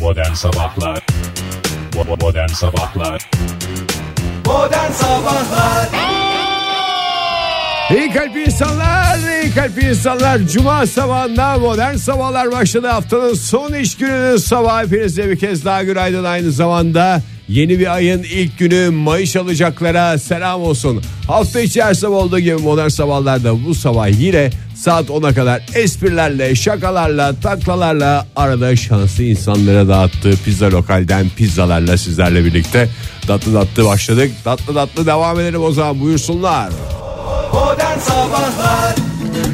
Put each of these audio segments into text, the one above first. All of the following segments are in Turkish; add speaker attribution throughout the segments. Speaker 1: Modern Sabahlar Bo- Modern Sabahlar
Speaker 2: Modern Sabahlar
Speaker 3: İyi kalp insanlar, iyi kalp insanlar. Cuma sabahında modern sabahlar başladı. Haftanın son iş gününün sabahı hepinize bir kez daha günaydın. Aynı zamanda yeni bir ayın ilk günü Mayıs alacaklara selam olsun. Hafta içi her sabah olduğu gibi modern sabahlarda bu sabah yine saat 10'a kadar esprilerle, şakalarla, taklalarla arada şanslı insanlara dağıttığı pizza lokalden pizzalarla sizlerle birlikte tatlı tatlı başladık. Tatlı tatlı devam edelim o zaman buyursunlar.
Speaker 2: Modern Sabahlar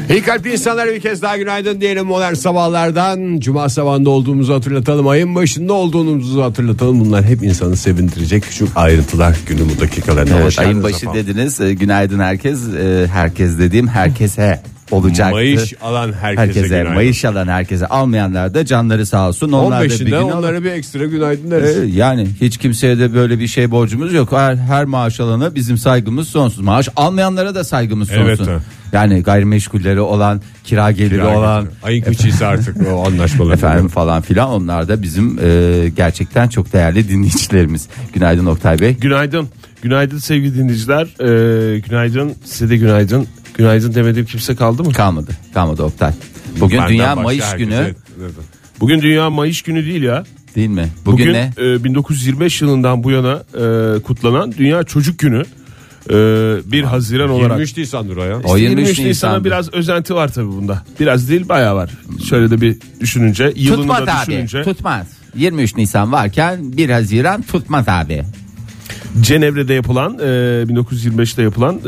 Speaker 3: İyi kalpli insanlara bir kez daha günaydın diyelim modern sabahlardan. Cuma sabahında olduğumuzu hatırlatalım. Ayın başında olduğumuzu hatırlatalım. Bunlar hep insanı sevindirecek küçük ayrıntılar günün bu dakikalarına.
Speaker 4: Evet,
Speaker 3: Hoş
Speaker 4: ayın
Speaker 3: geldiniz
Speaker 4: başı
Speaker 3: efendim.
Speaker 4: dediniz. E, Günaydın herkes. E, Herkes dediğim herkese olacaktı.
Speaker 3: Mayış alan herkese,
Speaker 4: herkese
Speaker 3: günaydın.
Speaker 4: mayış alan herkese almayanlar da canları sağ olsun. Onlar da bir
Speaker 3: 15'inde
Speaker 4: gün alır.
Speaker 3: onlara bir ekstra günaydın deriz.
Speaker 4: E, Yani hiç kimseye de böyle bir şey borcumuz yok. Her, her maaş alana bizim saygımız sonsuz. Maaş almayanlara da saygımız sonsuz.
Speaker 3: Evet, evet.
Speaker 4: Yani gayrimeşgulleri olan, kira geliri
Speaker 3: Kira
Speaker 4: olan
Speaker 3: getirdi. ayın kaçıysa artık o anlaşmalar.
Speaker 4: efendim falan filan onlar da bizim e, gerçekten çok değerli dinleyicilerimiz. Günaydın Oktay Bey.
Speaker 5: Günaydın. Günaydın sevgili dinleyiciler. Ee, günaydın. Size de günaydın. Günaydın demediğim kimse kaldı mı?
Speaker 4: Kalmadı. Kalmadı Oktay. Bugün
Speaker 3: Benden
Speaker 4: Dünya
Speaker 3: başka
Speaker 4: Mayış
Speaker 3: herkese-
Speaker 4: Günü
Speaker 5: Bugün Dünya Mayış Günü değil ya.
Speaker 4: değil mi? Bugün, ne?
Speaker 5: e, 1925 yılından bu yana e, kutlanan Dünya Çocuk Günü. E, 1 Haziran olarak.
Speaker 3: 23 Nisan'dır o ya.
Speaker 4: O 23
Speaker 5: 23 Nisan'a
Speaker 4: Nisan'dı.
Speaker 5: biraz özenti var tabi bunda. Biraz değil bayağı var. Şöyle de bir düşününce. Yılını
Speaker 4: Tutmaz
Speaker 5: da
Speaker 4: abi.
Speaker 5: düşününce.
Speaker 4: Tutmaz. 23 Nisan varken 1 Haziran tutmaz abi.
Speaker 5: Cenevre'de yapılan e, 1925'te yapılan e,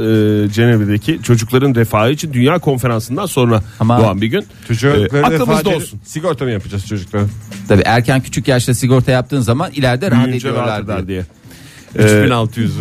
Speaker 5: Cenevre'deki çocukların refahı için Dünya Konferansı'ndan sonra
Speaker 4: Ama-
Speaker 5: doğan bir gün.
Speaker 3: Çocukların
Speaker 5: E, aklımızda
Speaker 3: vefatı-
Speaker 5: olsun.
Speaker 3: Sigorta mı yapacağız çocuklara?
Speaker 4: Tabii erken küçük yaşta sigorta yaptığın zaman ileride rahat
Speaker 5: Büyüyünce rahat
Speaker 4: ediyorlar diye.
Speaker 5: eder diye. Ee,
Speaker 3: 3600'ü.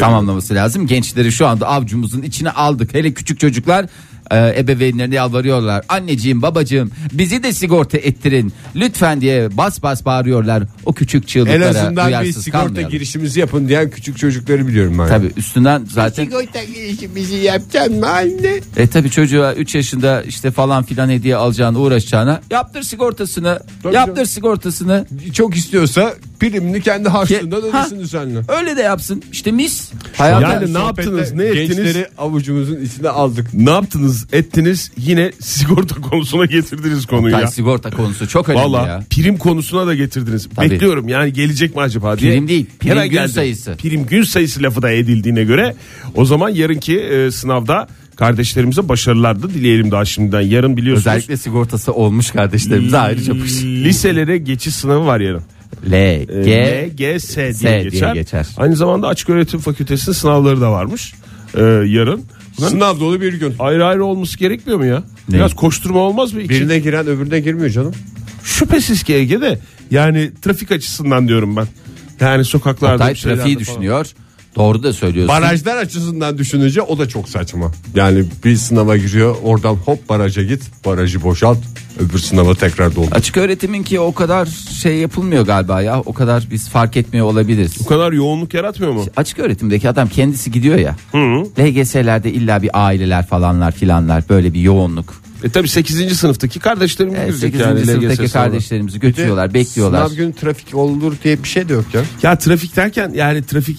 Speaker 4: Tamamlaması lazım. Gençleri şu anda avcumuzun içine aldık. Hele küçük çocuklar e, ebeveynlerine yalvarıyorlar. Anneciğim babacığım bizi de sigorta ettirin. Lütfen diye bas bas bağırıyorlar. O küçük çığlıklara
Speaker 3: En azından bir
Speaker 4: duyarsız
Speaker 3: sigorta
Speaker 4: kalmayalım.
Speaker 3: girişimizi yapın diyen küçük çocukları biliyorum ben.
Speaker 4: Tabii üstünden zaten
Speaker 3: Sigorta girişimizi yapacaksın mı anne?
Speaker 4: E tabi çocuğa 3 yaşında işte falan filan hediye alacağına uğraşacağına yaptır sigortasını yaptır sigortasını
Speaker 3: çok istiyorsa primini kendi harçlığından
Speaker 4: Ke-
Speaker 3: ödesin
Speaker 4: Ha.
Speaker 3: düzenli.
Speaker 4: öyle de yapsın işte mis hayata
Speaker 5: Yani ne yaptınız, ne ettiniz?
Speaker 3: Gençleri avucumuzun içine aldık.
Speaker 5: Ne yaptınız ettiniz yine sigorta konusuna getirdiniz konuyu
Speaker 4: Oktay,
Speaker 5: ya.
Speaker 4: sigorta konusu çok önemli
Speaker 5: Valla
Speaker 4: ya
Speaker 5: prim konusuna da getirdiniz.
Speaker 4: Tabii.
Speaker 5: Bekliyorum yani gelecek mi acaba diye.
Speaker 4: Prim değil, prim
Speaker 5: Hemen
Speaker 4: gün sayısı.
Speaker 5: Prim gün sayısı lafı da edildiğine göre o zaman yarınki e, sınavda kardeşlerimize başarılar da dileyelim daha şimdiden. Yarın biliyorsunuz.
Speaker 4: özellikle sigortası olmuş
Speaker 5: Hmm.
Speaker 4: kardeşlerimize ayrıca bu iş.
Speaker 5: Liselere geçiş sınavı var yarın.
Speaker 4: L
Speaker 5: E,
Speaker 4: G
Speaker 5: LGS diye,
Speaker 4: S diye
Speaker 5: geçer.
Speaker 4: geçer.
Speaker 5: Aynı zamanda açık öğretim fakültesinin sınavları da varmış e, yarın. Bunların
Speaker 3: Sınav dolu bir gün.
Speaker 5: ayrı ayrı olması gerekmiyor mu ya? Biraz koşturma olmaz mı? İki-
Speaker 3: Birine giren öbürüne girmiyor canım.
Speaker 5: Şüphesiz ki Ege'de yani trafik açısından diyorum ben. Yani sokaklarda
Speaker 4: Oktay
Speaker 5: bir şeylerde
Speaker 4: trafiği
Speaker 5: falan.
Speaker 4: düşünüyor doğru da söylüyorsun
Speaker 3: Barajlar açısından düşününce o da çok saçma. Yani bir sınava giriyor oradan hop baraja git barajı boşalt öbür sınava tekrar doldur.
Speaker 4: açık öğretimin ki o kadar şey yapılmıyor galiba ya o kadar biz fark etmiyor olabiliriz
Speaker 5: Bu kadar yoğunluk yaratmıyor mu?
Speaker 4: açık öğretimdeki adam kendisi gidiyor ya LGS'lerde illa bir aileler falanlar filanlar böyle bir yoğunluk
Speaker 5: E tabi 8. sınıftaki kardeşlerimiz
Speaker 4: Evet,
Speaker 5: girecek
Speaker 4: 8.
Speaker 5: yani
Speaker 4: sınıftaki
Speaker 5: LGS sınavına.
Speaker 4: kardeşlerimizi götürüyorlar, bekliyorlar.
Speaker 3: Sınav günü trafik olur diye bir şey de yok ya.
Speaker 5: Ya trafik derken yani trafik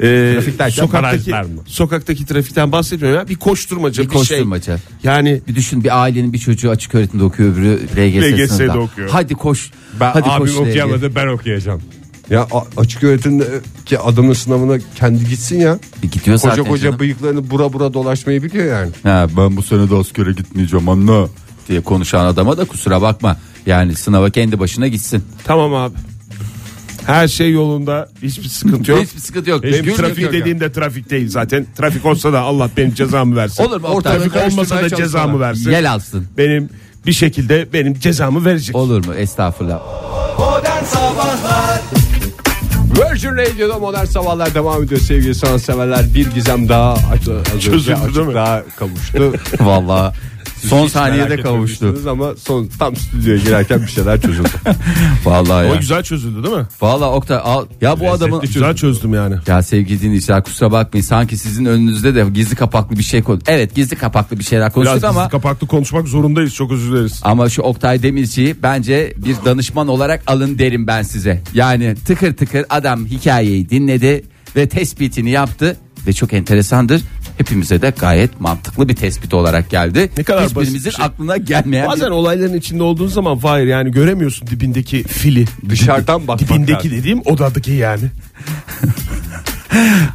Speaker 5: e,
Speaker 3: Trafik derken
Speaker 5: sokaktaki,
Speaker 3: barajlar mı?
Speaker 5: sokaktaki trafikten bahsetmiyorum ya. Bir koşturmaca
Speaker 4: Bir
Speaker 5: bir,
Speaker 4: koşturmaca.
Speaker 5: şey. Yani
Speaker 4: Bir düşün bir ailenin bir çocuğu açık öğretimde okuyor öbürü LGS
Speaker 5: LGS 'de
Speaker 4: sınıfında.
Speaker 5: okuyor.
Speaker 4: Hadi koş.
Speaker 3: Ben
Speaker 4: hadi
Speaker 3: abim
Speaker 4: koş LGS.
Speaker 3: okuyamadı ben okuyacağım. Ya a- açık öğretimdeki adamın sınavına kendi gitsin ya.
Speaker 4: E,
Speaker 3: Koca
Speaker 4: Gidiyor zaten
Speaker 3: koca
Speaker 4: canım.
Speaker 3: bıyıklarını bura bura dolaşmayı biliyor yani.
Speaker 4: Ha, ben bu sene de askere gitmeyeceğim anne diye konuşan adama da kusura bakma. Yani sınava kendi başına gitsin.
Speaker 5: tamam abi. Her şey yolunda hiçbir sıkıntı yok.
Speaker 4: Hiçbir sıkıntı yok.
Speaker 5: Benim
Speaker 4: Gürültü
Speaker 5: trafik
Speaker 4: yok ya.
Speaker 5: dediğim de trafik değil zaten. Trafik olsa da Allah benim cezamı versin.
Speaker 4: Olur mu? Ortalığı
Speaker 5: Trafik olmasa
Speaker 3: karıştırmaya
Speaker 5: da cezamı versin.
Speaker 4: Yel alsın.
Speaker 5: Benim bir şekilde benim cezamı verecek.
Speaker 4: Olur mu? Estağfurullah.
Speaker 2: Modern Sabahlar
Speaker 3: Virgin Radio'da modern sabahlar devam ediyor sevgili sanatseverler. Bir gizem daha aç- az önce
Speaker 5: Çözüldü değil mi?
Speaker 3: açıklığa kavuştu.
Speaker 4: Vallahi Son saniyede
Speaker 5: merak
Speaker 4: kavuştu.
Speaker 3: Biz Ama son tam stüdyoya girerken bir şeyler çözüldü.
Speaker 4: Vallahi
Speaker 5: O
Speaker 4: ya.
Speaker 5: güzel çözüldü değil mi?
Speaker 4: Vallahi Oktay al. Ya bu adamın
Speaker 5: Güzel çözdüm yani.
Speaker 4: Ya sevgili dinleyiciler kusura bakmayın sanki sizin önünüzde de gizli kapaklı bir şey konu. Evet gizli kapaklı bir şeyler konuştuk
Speaker 5: Biraz
Speaker 4: ama
Speaker 5: ama... kapaklı konuşmak zorundayız çok özür dileriz.
Speaker 4: ama şu Oktay Demirci'yi bence bir danışman olarak alın derim ben size. Yani tıkır tıkır adam hikayeyi dinledi ve tespitini yaptı ve çok enteresandır. Hepimize de gayet mantıklı bir tespit olarak geldi.
Speaker 5: Ne kadar basit bir
Speaker 4: Hiçbirimizin
Speaker 5: şey.
Speaker 4: aklına gelmeyen
Speaker 5: Bazen olayların içinde olduğun zaman Fahir yani göremiyorsun dibindeki fili.
Speaker 3: Dışarıdan bakmak
Speaker 5: Dibindeki
Speaker 3: lazım.
Speaker 5: dediğim odadaki yani.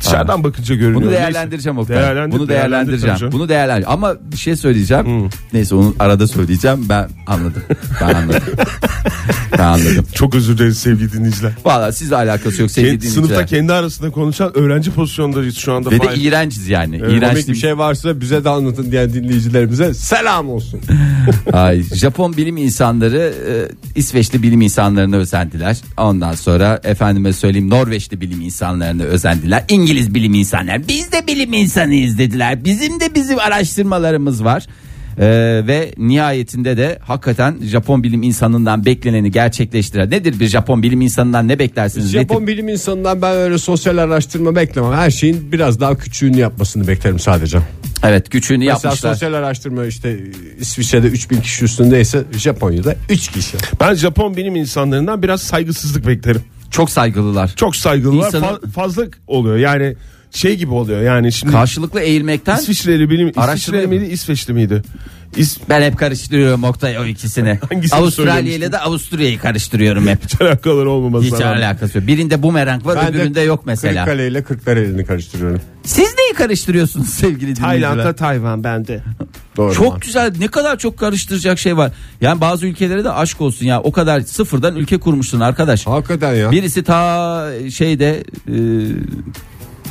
Speaker 5: Dışarıdan bakınca görünüyor.
Speaker 4: Bunu
Speaker 5: Neyse.
Speaker 4: değerlendireceğim Oktay.
Speaker 5: Değerlendir,
Speaker 4: Bunu
Speaker 5: değerlendir
Speaker 4: değerlendireceğim.
Speaker 5: tabii canım.
Speaker 4: Bunu değerlendir. Ama bir şey söyleyeceğim. Neyse onu arada söyleyeceğim. Ben anladım. Ben anladım. ben anladım.
Speaker 5: Çok özür dileriz sevgili dinleyiciler.
Speaker 4: Valla sizle alakası yok sevgili
Speaker 5: Kendi, sınıfta
Speaker 4: dinleyiciler.
Speaker 5: kendi arasında konuşan öğrenci pozisyondayız şu anda.
Speaker 4: Ve de
Speaker 5: Fahir.
Speaker 4: iğrenciz yani.
Speaker 5: Evet,
Speaker 4: İğrenç
Speaker 5: komik
Speaker 3: Bir şey varsa bize de anlatın diyen dinleyicilerimize selam olsun.
Speaker 4: Ay, Japon bilim insanları e, İsveçli bilim insanlarına özendiler. Ondan sonra efendime söyleyeyim Norveçli bilim insanlarına özendiler. İngiliz bilim insanlar biz de bilim insanıyız dediler. Bizim de bizim araştırmalarımız var. E, ve nihayetinde de hakikaten Japon bilim insanından bekleneni gerçekleştiren nedir bir Japon bilim insanından ne beklersiniz? Ne tip-
Speaker 3: Japon bilim insanından ben öyle sosyal araştırma beklemem. Her şeyin biraz daha küçüğünü yapmasını beklerim sadece.
Speaker 4: Evet güçünü
Speaker 3: Mesela
Speaker 4: yapmışlar.
Speaker 3: sosyal araştırma işte İsviçre'de 3000 kişi üstündeyse Japonya'da 3 kişi.
Speaker 5: Ben Japon bilim insanlarından biraz saygısızlık beklerim.
Speaker 4: Çok saygılılar.
Speaker 5: Çok saygılılar
Speaker 4: İnsanın-
Speaker 5: fa- fazla oluyor yani şey gibi oluyor yani şimdi
Speaker 4: Karşılıklı eğilmekten
Speaker 5: İsviçreli bilim
Speaker 4: Araştırma
Speaker 5: İsviçreli miydi İsveçli miydi? İs-
Speaker 4: Ben hep karıştırıyorum Oktay o ikisini.
Speaker 5: Hangisini
Speaker 4: Avustralya ile
Speaker 5: söylemiştin?
Speaker 4: de Avusturya'yı karıştırıyorum hep.
Speaker 5: hiç alakaları olmaması
Speaker 4: Hiç
Speaker 5: lazım.
Speaker 4: alakası yok. Birinde bumerang var öbüründe yok mesela.
Speaker 3: Kırıkkale ile Kırklareli'ni karıştırıyorum.
Speaker 4: Siz neyi karıştırıyorsunuz sevgili dinleyiciler?
Speaker 5: Tayvan bende.
Speaker 3: Doğru.
Speaker 4: Çok güzel ne kadar çok karıştıracak şey var. Yani bazı ülkelere de aşk olsun ya o kadar sıfırdan ülke kurmuşsun arkadaş.
Speaker 3: Hakikaten ya.
Speaker 4: Birisi ta şeyde e,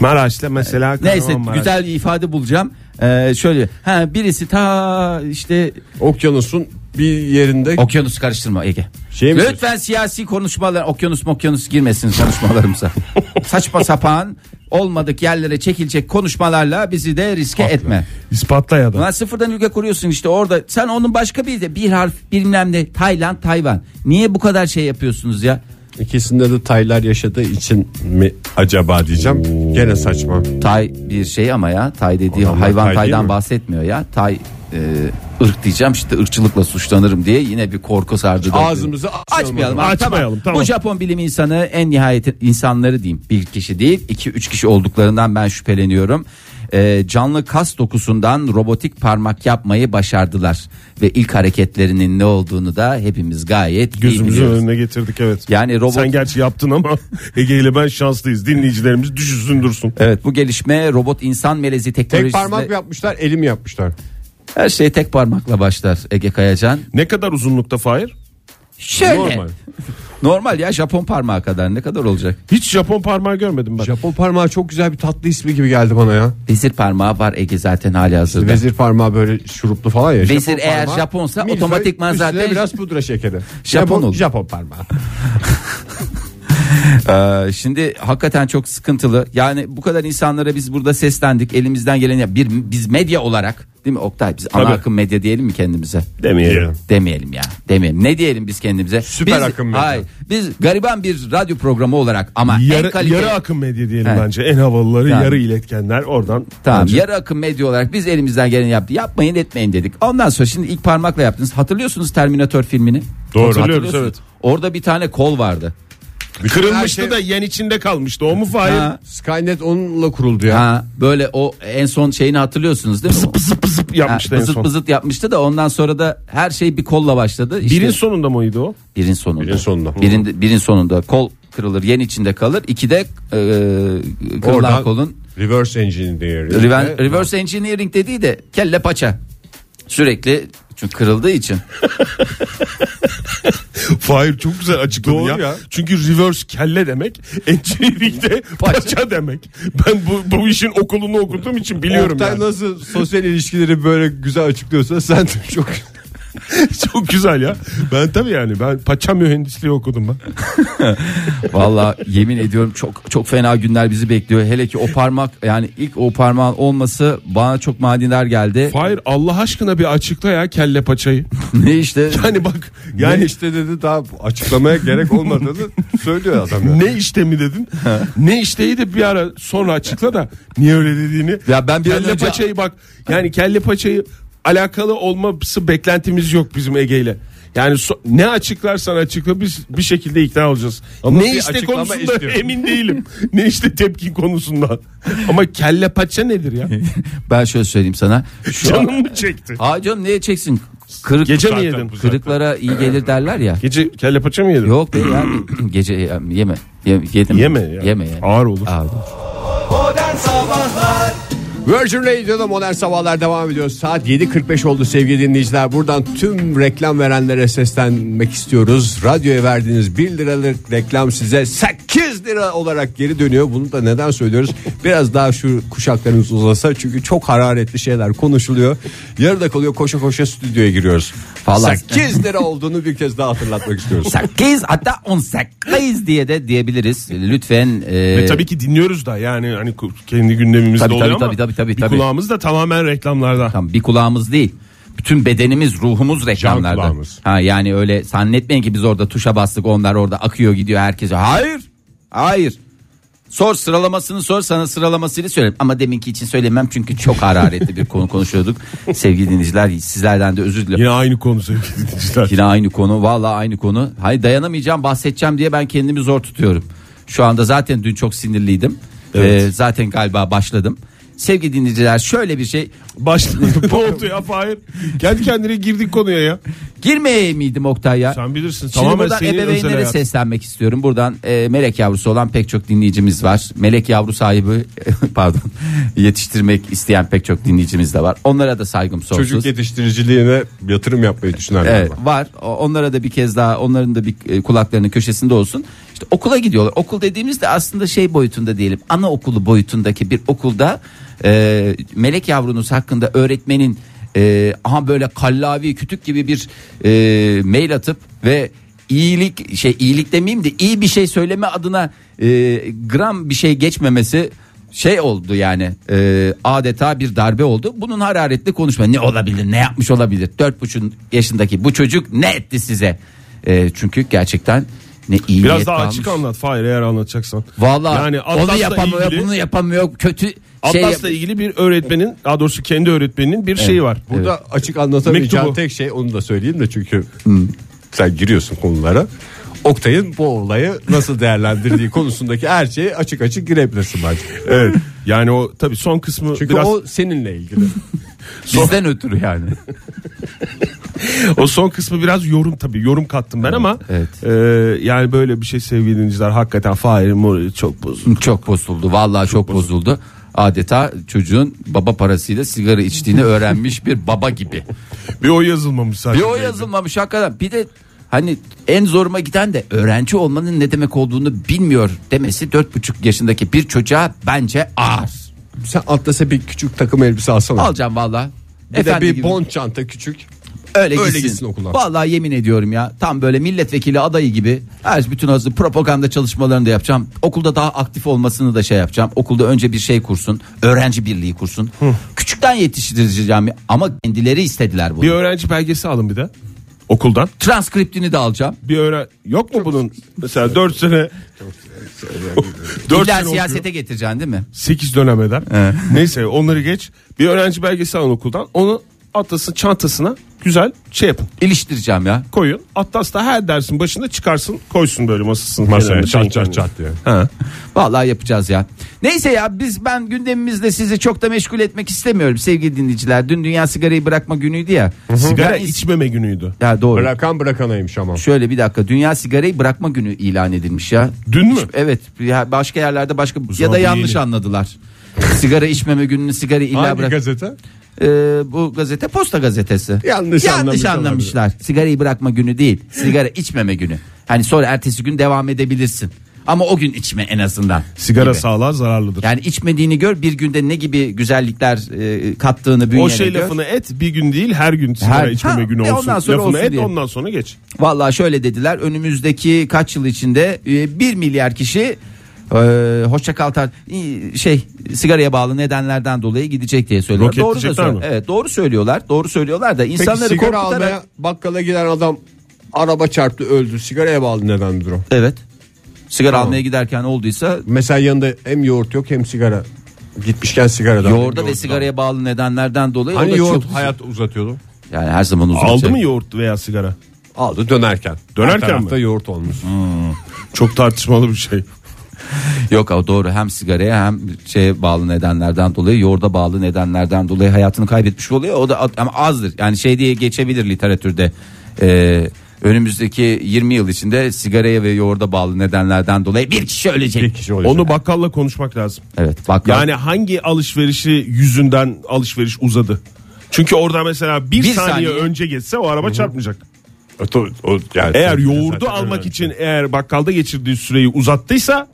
Speaker 5: Maraş'ta mesela
Speaker 4: neyse
Speaker 5: Kahramanmaraş.
Speaker 4: güzel bir ifade bulacağım. E, şöyle ha birisi ta işte
Speaker 3: Okyanusun bir yerinde
Speaker 4: Okyanus karıştırma Ege.
Speaker 3: Şey mi
Speaker 4: Lütfen siyasi konuşmalar okyanus okyanus girmesin konuşmalarımıza. Saçma sapan olmadık yerlere çekilecek konuşmalarla bizi de
Speaker 3: Ah
Speaker 4: riske etme.
Speaker 5: İspatla ya da.
Speaker 4: Ulan sıfırdan ülke kuruyorsun işte orada. Sen onun başka bir de bir harf bilmem ne Tayland Tayvan. Niye bu kadar şey yapıyorsunuz ya?
Speaker 3: ikisinde de Taylar yaşadığı için mi acaba diyeceğim. Gene saçma.
Speaker 4: Tay bir şey ama ya Tay dediği
Speaker 3: Adamlar
Speaker 4: hayvan
Speaker 3: Tay değil
Speaker 4: Tay'dan
Speaker 3: mi?
Speaker 4: bahsetmiyor ya. Tay e, ırk diyeceğim işte ırkçılıkla suçlanırım diye yine bir korku sardı.
Speaker 3: Ağzımızı
Speaker 4: Açmayalım. abi,
Speaker 5: Açmayalım, tamam.
Speaker 4: Bu Japon bilim insanı en nihayet insanları diyeyim. Bir kişi değil, iki üç kişi olduklarından ben şüpheleniyorum. Ee, canlı kas dokusundan robotik parmak yapmayı başardılar. Ve ilk hareketlerinin ne olduğunu da hepimiz gayet iyi
Speaker 5: Gözümüzün
Speaker 4: biliyoruz.
Speaker 5: önüne getirdik evet.
Speaker 4: Yani robot-
Speaker 5: Sen gerçi yaptın ama Ege ile ben şanslıyız. Dinleyicilerimiz düşünsün dursun.
Speaker 4: Evet bu gelişme robot insan melezi teknolojisiyle...
Speaker 3: Tek parmak mı yapmışlar, eli mi yapmışlar?
Speaker 4: Her şey tek parmakla başlar Ege Kayacan.
Speaker 5: Ne kadar uzunlukta Fahir?
Speaker 4: Şöyle. Normal.
Speaker 5: Normal.
Speaker 4: ya Japon parmağı kadar ne kadar olacak?
Speaker 5: Hiç Japon parmağı görmedim ben.
Speaker 3: Japon parmağı çok güzel bir tatlı ismi gibi geldi bana ya.
Speaker 4: Vezir parmağı var Ege zaten hali hazırda.
Speaker 3: Vezir parmağı böyle şuruplu falan ya.
Speaker 4: Vezir
Speaker 3: Japon
Speaker 4: eğer
Speaker 3: parmağı,
Speaker 4: Japonsa
Speaker 3: milföy,
Speaker 4: otomatikman
Speaker 3: üstüne
Speaker 4: zaten-
Speaker 3: biraz pudra şekeri.
Speaker 4: Japon olur.
Speaker 3: Japon parmağı.
Speaker 4: Ee, şimdi hakikaten çok sıkıntılı. Yani bu kadar insanlara biz burada seslendik. Elimizden gelen ya bir biz medya olarak değil mi Oktay? Biz ana
Speaker 5: Tabii.
Speaker 4: akım medya diyelim mi kendimize?
Speaker 5: Demeyelim.
Speaker 4: Demeyelim ya. Demeyelim. Ne diyelim biz kendimize?
Speaker 3: Süper
Speaker 4: Biz-
Speaker 3: akım medya.
Speaker 4: Hayır. Biz gariban bir radyo programı olarak ama en
Speaker 5: Yarı,
Speaker 4: kaliteli
Speaker 5: yarı akım medya diyelim
Speaker 4: Evet.
Speaker 5: bence. En havalıları
Speaker 4: Tamam.
Speaker 5: yarı iletkenler oradan.
Speaker 4: Tamam
Speaker 5: bence.
Speaker 4: yarı akım medya olarak biz elimizden geleni yaptık. Yapmayın etmeyin dedik. Ondan sonra şimdi ilk parmakla yaptınız. Hatırlıyorsunuz Terminator filmini.
Speaker 5: Doğru.
Speaker 4: Hatırlıyorsunuz.
Speaker 5: Hatırlıyoruz, evet.
Speaker 4: Orada bir tane kol vardı.
Speaker 5: Kırılmıştı
Speaker 3: Her şey-
Speaker 5: da yen içinde kalmıştı. O mu Fahir?
Speaker 4: Ha,
Speaker 3: Skynet onunla kuruldu ya.
Speaker 4: ha, böyle o en son şeyini hatırlıyorsunuz değil mi?
Speaker 5: Zıp zıp
Speaker 4: Ha,
Speaker 5: yapmıştı en
Speaker 4: bızıt
Speaker 5: son.
Speaker 4: bızıt yapmıştı da ondan sonra da her şey bir kolla başladı. İşte
Speaker 5: Birin sonunda mıydı o?
Speaker 4: birin sonunda.
Speaker 3: Birin sonunda.
Speaker 4: Birin, birin sonunda kol kırılır, yen içinde kalır. İki de e, kırılan
Speaker 3: Oradan
Speaker 4: kolun
Speaker 3: reverse engineer.
Speaker 4: Reven- reverse engineering dediği de kelle paça. Sürekli çünkü kırıldığı için.
Speaker 5: Fahir çok güzel açıkladı
Speaker 3: Doğru
Speaker 5: ya.
Speaker 3: ya.
Speaker 5: Çünkü reverse kelle demek, engineering de paça demek. Ben bu, bu işin okulunu okuduğum için biliyorum
Speaker 3: Oktay
Speaker 5: yani.
Speaker 3: nasıl sosyal ilişkileri böyle güzel açıklıyorsa sen de çok
Speaker 5: Çok güzel ya. Ben tabii yani ben paça mühendisliği okudum ben.
Speaker 4: Valla yemin ediyorum çok çok fena günler bizi bekliyor. Hele ki o parmak yani ilk o parmağın olması bana çok manidar geldi.
Speaker 5: Hayır Allah aşkına bir açıkla ya kelle paçayı.
Speaker 4: ne işte
Speaker 5: Hani bak
Speaker 3: Yani
Speaker 5: yani
Speaker 3: işte dedi daha açıklamaya gerek olmadığını söylüyor adam. ya.
Speaker 5: ne işte mi dedin? ne işteyi de bir ara sonra açıkla da niye öyle dediğini.
Speaker 4: Ya ben bir an
Speaker 5: kelle
Speaker 4: önce-
Speaker 5: paçayı bak yani kelle paçayı alakalı olması beklentimiz yok bizim Ege ile. Yani so- ne açıklarsan açıkla biz bir şekilde ikna olacağız.
Speaker 3: Ama
Speaker 5: ne
Speaker 3: bir
Speaker 5: işte
Speaker 3: açıklama
Speaker 5: konusunda
Speaker 3: istiyorum.
Speaker 5: emin değilim. ne işte tepki konusunda. Ama kelle paça nedir ya?
Speaker 4: ben şöyle söyleyeyim sana. Şu an...
Speaker 5: Canım mı çekti?
Speaker 4: Aa canım neye çeksin? Kırık,
Speaker 5: Gece mi
Speaker 4: Zaten
Speaker 5: yedin?
Speaker 4: bu Kırıklara iyi gelir derler ya.
Speaker 5: Gece kelle paça mı yedin?
Speaker 4: Yok be ya gece yeme. Yeme, yedim.
Speaker 5: Yeme ya.
Speaker 4: Yeme yani.
Speaker 5: Ağır olur.
Speaker 4: Ağır olur.
Speaker 2: Modern Sabahlar
Speaker 3: Virgin Radio'da modern sabahlar devam ediyor. Saat 7.45 oldu sevgili dinleyiciler. Buradan tüm reklam verenlere seslenmek istiyoruz. Radyoya verdiğiniz 1 liralık reklam size 8 lira olarak geri dönüyor. Bunu da neden söylüyoruz? Biraz daha şu kuşaklarımız uzasa çünkü çok hararetli şeyler konuşuluyor. Yarıda kalıyor koşa koşa stüdyoya giriyoruz.
Speaker 4: Vallahi-
Speaker 3: 8 lira olduğunu bir kez daha hatırlatmak istiyoruz.
Speaker 4: 8 hatta 18 diye de diyebiliriz. Lütfen e,
Speaker 5: Ve tabii ki dinliyoruz da yani hani ku- kendi gündemimizde
Speaker 4: Tabii,
Speaker 5: oluyor
Speaker 4: tabii,
Speaker 5: ama
Speaker 4: tabii, tabii, tabii,
Speaker 5: bir
Speaker 4: tabii.
Speaker 5: kulağımız da tamamen reklamlarda.
Speaker 4: Tam bir kulağımız değil. Bütün bedenimiz, ruhumuz reklamlarda.
Speaker 5: kulağımız.
Speaker 4: Ha yani öyle zannetmeyin ki biz orada tuşa bastık onlar orada akıyor gidiyor herkese. Hayır. Hayır. Sor sıralamasını sor sana sıralamasını söylerim. Ama deminki için söylemem çünkü çok hararetli bir konu konuşuyorduk. Sevgili dinleyiciler sizlerden de özür dilerim.
Speaker 5: Yine aynı konu sevgili dinleyiciler.
Speaker 4: Yine aynı konu vallahi aynı konu. Hayır dayanamayacağım bahsedeceğim diye ben kendimi zor tutuyorum. Şu anda zaten dün çok sinirliydim. Ee, zaten galiba başladım. Sevgili dinleyiciler şöyle bir şey
Speaker 5: Başladı. ne oldu ya Fahir? Kendi kendine girdik konuya ya.
Speaker 4: Girmeye miydim Oktay ya?
Speaker 5: Sen bilirsin.
Speaker 4: Şimdi
Speaker 5: Tamamen
Speaker 4: buradan
Speaker 5: senin özel
Speaker 4: ebeveynlere
Speaker 5: hayatın.
Speaker 4: seslenmek istiyorum. Buradan e, melek yavrusu olan pek çok dinleyicimiz var. Melek yavru sahibi pardon yetiştirmek isteyen pek çok dinleyicimiz de var. Onlara da saygım sonsuz.
Speaker 3: Çocuk yetiştiriciliğine yatırım yapmayı düşünenler
Speaker 4: Evet,
Speaker 3: var.
Speaker 4: var. O- Onlara da bir kez daha onların da bir e, kulaklarının köşesinde olsun. İşte okula gidiyorlar. Okul dediğimizde aslında şey boyutunda diyelim. Anaokulu boyutundaki bir okulda e, melek yavrunuz hakkında öğretmenin e, aha böyle kallavi kütük gibi bir e, mail atıp ve iyilik şey iyilik demeyeyim de iyi bir şey söyleme adına e, gram bir şey geçmemesi şey oldu yani e, adeta bir darbe oldu. Bunun hararetli konuşma ne olabilir ne yapmış olabilir. Dört buçuk yaşındaki bu çocuk ne etti size? E, çünkü gerçekten ne iyi
Speaker 5: Biraz
Speaker 4: niyet
Speaker 5: daha
Speaker 4: kalmış.
Speaker 5: açık anlat Fahir eğer anlatacaksan.
Speaker 4: Vallahi
Speaker 5: Yani
Speaker 4: onu
Speaker 5: Atlas'la
Speaker 4: yapamıyor
Speaker 5: ilgili-
Speaker 4: bunu yapamıyor kötü şey yap-
Speaker 5: Atlas'la ilgili bir öğretmenin daha doğrusu kendi öğretmeninin bir şeyi var.
Speaker 3: Burada açık anlatamayacağım
Speaker 5: Mektubu.
Speaker 3: tek şey onu da söyleyeyim de çünkü hmm, sen giriyorsun konulara. Oktay'ın bu olayı nasıl değerlendirdiği konusundaki her şeyi açık açık girebilirsin bence.
Speaker 5: Evet. Yani o tabii son kısmı
Speaker 3: Çünkü
Speaker 5: biraz
Speaker 3: o seninle ilgili.
Speaker 4: bizden ötürü yani.
Speaker 5: O son kısmı biraz yorum tabii yorum kattım ben ama
Speaker 4: evet.
Speaker 5: e, yani böyle bir şey sevgili dinleyiciler hakikaten Fahir'in morali çok bozuldu.
Speaker 4: çok bozuldu vallahi çok, bozuldu. Adeta çocuğun baba parasıyla sigara içtiğini öğrenmiş bir baba gibi.
Speaker 5: Bir o yazılmamış
Speaker 4: Bir
Speaker 5: sadece.
Speaker 4: o
Speaker 3: şey
Speaker 4: yazılmamış hakikaten. Bir de hani en zoruma giden de öğrenci olmanın ne demek olduğunu bilmiyor demesi dört buçuk yaşındaki bir çocuğa bence ağır.
Speaker 3: Sen Atlas'a bir küçük takım elbise alsana.
Speaker 4: Alacağım valla.
Speaker 3: bir de bir
Speaker 4: gibi.
Speaker 3: bon çanta küçük.
Speaker 4: öyle
Speaker 3: öyle
Speaker 4: gitsin.
Speaker 3: gitsin okuldan.
Speaker 4: Vallahi yemin ediyorum ya. Tam böyle milletvekili adayı gibi. Her bütün hazır propaganda çalışmalarını da yapacağım. Okulda daha aktif olmasını da şey yapacağım. Okulda önce bir şey kursun. Öğrenci birliği kursun. Küçükten yetiştireceğim ama kendileri istediler bunu.
Speaker 5: Bir öğrenci belgesi alın bir de okuldan.
Speaker 4: Transkriptini de alacağım.
Speaker 5: Bir öğren yok mu bunun mesela 4 sene 4 sene
Speaker 4: İlla siyasete
Speaker 5: siyasete...
Speaker 4: getireceksin değil mi?
Speaker 5: 8 dönem eder. Neyse onları geç. Bir öğrenci belgesi alın okuldan. Onu Atlas'ın çantasına güzel şey yapın.
Speaker 4: İliştireceğim ya.
Speaker 5: Koyun. Atlas da her dersin başında çıkarsın. Koysun böyle masasının.
Speaker 3: Masaya
Speaker 5: kenarına, şeyin
Speaker 3: çat çat
Speaker 5: kenarına.
Speaker 3: çat diye.
Speaker 5: Ha.
Speaker 4: Vallahi yapacağız ya. Neyse ya biz ben gündemimizde sizi çok da meşgul etmek istemiyorum sevgili dinleyiciler. Dün Dünya Sigarayı Bırakma Günü'ydü ya.
Speaker 5: Sigara
Speaker 4: is-
Speaker 5: içmeme günüydü.
Speaker 4: Ya doğru.
Speaker 3: Bırakan bırakanaymış ama.
Speaker 4: Şöyle bir dakika Dünya Sigarayı Bırakma Günü ilan edilmiş ya.
Speaker 5: Dün mü?
Speaker 4: Evet ya başka yerlerde başka ya
Speaker 5: zaman
Speaker 4: da
Speaker 5: bu
Speaker 4: yanlış
Speaker 5: yeni.
Speaker 4: anladılar. sigara içmeme gününü sigara illa
Speaker 3: Hangi
Speaker 4: bırak.
Speaker 3: gazete?
Speaker 4: Ee, bu gazete posta gazetesi.
Speaker 3: Yanlış anlamış
Speaker 4: anlamışlar. Sigarayı bırakma günü değil. Sigara içmeme günü. Hani sonra ertesi gün devam edebilirsin. Ama o gün içme en azından.
Speaker 6: Sigara
Speaker 4: gibi.
Speaker 6: sağlığa zararlıdır.
Speaker 4: Yani içmediğini gör bir günde ne gibi güzellikler e, kattığını bünyene
Speaker 5: O şey
Speaker 4: gör.
Speaker 5: lafını et bir gün değil her gün sigara
Speaker 4: Her-
Speaker 5: içmeme
Speaker 4: Ha,
Speaker 5: günü
Speaker 4: ve
Speaker 5: olsun.
Speaker 4: ondan sonra
Speaker 5: lafını
Speaker 4: olsun
Speaker 5: et
Speaker 4: diye.
Speaker 5: ondan sonra geç.
Speaker 4: Vallahi şöyle dediler önümüzdeki kaç yıl içinde 1 milyar kişi e, hoşça kal tar- i- şey sigaraya bağlı nedenlerden dolayı gidecek diye söylüyorlar. Doğru da
Speaker 5: Roketleyecekler
Speaker 4: söylüyor-
Speaker 5: mi?
Speaker 4: Evet doğru söylüyorlar. Doğru söylüyorlar da
Speaker 3: Peki
Speaker 4: insanları
Speaker 3: sigara
Speaker 4: korkutarak
Speaker 3: almaya bakkala giden adam araba çarptı öldü. Sigaraya bağlı nedendir o.
Speaker 4: Evet. Sigara almaya giderken olduysa
Speaker 3: Mesela yanında hem yoğurt yok hem sigara. Gitmişken sigaradan.
Speaker 4: yoğurda ve sigaraya bağlı nedenlerden dolayı o
Speaker 3: Hani
Speaker 4: da
Speaker 3: yoğurt
Speaker 4: çok-
Speaker 3: hayat uzatıyordu.
Speaker 4: yani her zaman uzun. şey-
Speaker 5: Aldı mı yoğurt veya sigara?
Speaker 3: Aldı dönerken.
Speaker 5: Dönerken
Speaker 3: Her tarafta
Speaker 5: mi?
Speaker 3: yoğurt olmuş.
Speaker 5: Çok tartışmalı bir şey.
Speaker 4: Yok abi doğru hem sigaraya hem şey bağlı nedenlerden dolayı yoğurda bağlı nedenlerden dolayı hayatını kaybetmiş oluyor. O da at- ama azdır yani şey diye geçebilir literatürde. Ee, önümüzdeki 20 yıl içinde sigaraya ve yoğurda bağlı nedenlerden dolayı bir kişi ölecek.
Speaker 5: Onu bakkalla konuşmak lazım.
Speaker 4: şey Evet bak
Speaker 5: Yani hangi alışverişi yüzünden alışveriş uzadı? Çünkü orada mesela bir,
Speaker 4: Bir
Speaker 5: saniye,
Speaker 4: saniye.
Speaker 5: önce geçse o araba çarpmayacak.
Speaker 6: O- o- yani-
Speaker 5: Eğer
Speaker 6: Zaten
Speaker 5: yoğurdu
Speaker 6: öyle.
Speaker 5: almak için eğer bakkalda geçirdiği süreyi uzattıysa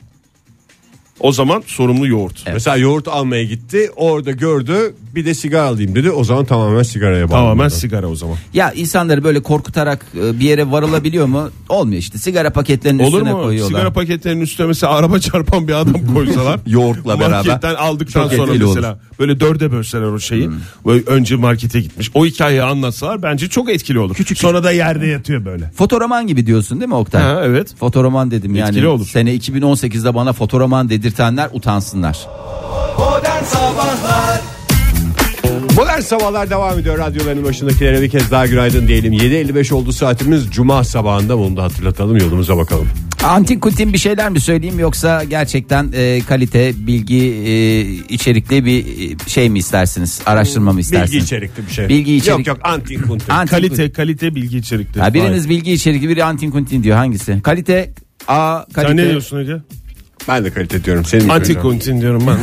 Speaker 5: o zaman sorumlu yoğurt.
Speaker 3: Mesela yoğurt almaya gitti. Orada gördü. Bir de sigara alayım dedi. O zaman tamamen sigaraya bağlı.
Speaker 5: Tamamen
Speaker 3: neden.
Speaker 5: sigara o zaman.
Speaker 4: ya insanları böyle korkutarak e, bir yere varılabiliyor mu? Olmuyor işte sigara paketlerinin
Speaker 5: Olur
Speaker 4: üstüne
Speaker 5: mu?
Speaker 4: koyuyorlar.
Speaker 5: Sigara paketlerinin üstüne mesela araba çarpan bir adam koysalar.
Speaker 4: Yoğurtla beraber.
Speaker 5: Marketten aldıktan
Speaker 4: Çok
Speaker 5: sonra
Speaker 4: etkili olur. Hmm.
Speaker 5: mesela böyle dörde bölseler o şeyi. Böyle önce markete gitmiş. O hikayeyi anlatsalar bence çok etkili olur. sonra da yerde yatıyor böyle.
Speaker 4: Fotoroman gibi diyorsun değil mi Oktay?
Speaker 5: Ha, evet.
Speaker 4: Fotoroman dedim yani.
Speaker 5: Etkili olur.
Speaker 4: Sene 2018'de bana fotoroman dedirtenler utansınlar.
Speaker 2: Modern Sabahlar
Speaker 3: Modern sabahlar devam ediyor. Radyoların başındakilere bir kez daha günaydın diyelim. 7.55 oldu saatimiz. Cuma sabahında bunu da hatırlatalım. Yolumuza bakalım.
Speaker 4: Antin kuntin bir şeyler mi söyleyeyim yoksa gerçekten e, kalite bilgi e, içerikli bir e, şey mi istersiniz? Araştırma mı istersiniz?
Speaker 3: Bilgi içerikli bir şey.
Speaker 4: Bilgi içerik-
Speaker 3: Yok yok anti kuntin.
Speaker 4: Antin kuntin.
Speaker 5: Kalite kalite bilgi içerikli.
Speaker 4: Ha, biriniz
Speaker 5: Hayır.
Speaker 4: bilgi içerikli biri antin kuntin diyor hangisi? Kalite A
Speaker 5: Sen ne
Speaker 4: kalite
Speaker 5: diyorsun Ege?
Speaker 3: Ben de kalite diyorum. Senin mi
Speaker 5: Anti
Speaker 3: söyleyeceğim?
Speaker 5: kontin diyorum ben.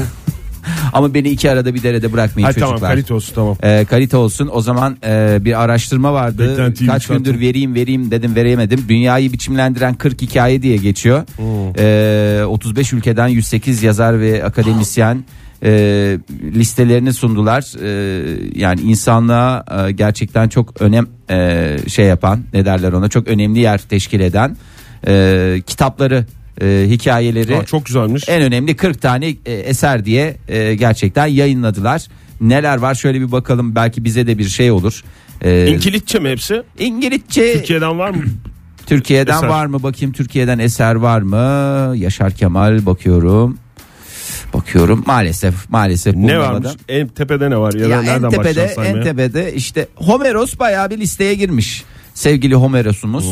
Speaker 4: ama beni iki arada bir derede bırakmayın
Speaker 5: Hayır,
Speaker 4: çocuklar.
Speaker 5: tamam kalite olsun tamam.
Speaker 4: E, kalite olsun. O zaman e, bir araştırma vardı.
Speaker 5: Beklentiyi
Speaker 4: Kaç
Speaker 5: yükseltin.
Speaker 4: gündür vereyim vereyim dedim veremedim. Dünyayı biçimlendiren 40 hikaye diye geçiyor.
Speaker 5: Hmm.
Speaker 4: E, 35 ülkeden 108 yazar ve akademisyen e, listelerini sundular. E, yani insanlığa e, gerçekten çok önem e, şey yapan ne derler ona çok önemli yer teşkil eden e, kitapları e, hikayeleri
Speaker 5: Aa, çok güzelmiş.
Speaker 4: en önemli 40 tane e, eser diye e, gerçekten yayınladılar. Neler var şöyle bir bakalım belki bize de bir şey olur. E,
Speaker 5: İngilizce mi hepsi?
Speaker 4: İngilizce
Speaker 5: Türkiye'den var mı?
Speaker 4: Türkiye'den
Speaker 5: Eser.
Speaker 4: var mı bakayım Türkiye'den eser var mı? Yaşar Kemal bakıyorum. Bakıyorum maalesef maalesef
Speaker 5: ne
Speaker 4: bulunamadım.
Speaker 5: varmış? En tepede ne var? Ya, da
Speaker 4: Ya en
Speaker 5: nereden
Speaker 4: tepede
Speaker 5: başlayacağız saymaya?
Speaker 4: en tepede işte Homeros bayağı bir listeye girmiş. Sevgili Homeros'umuz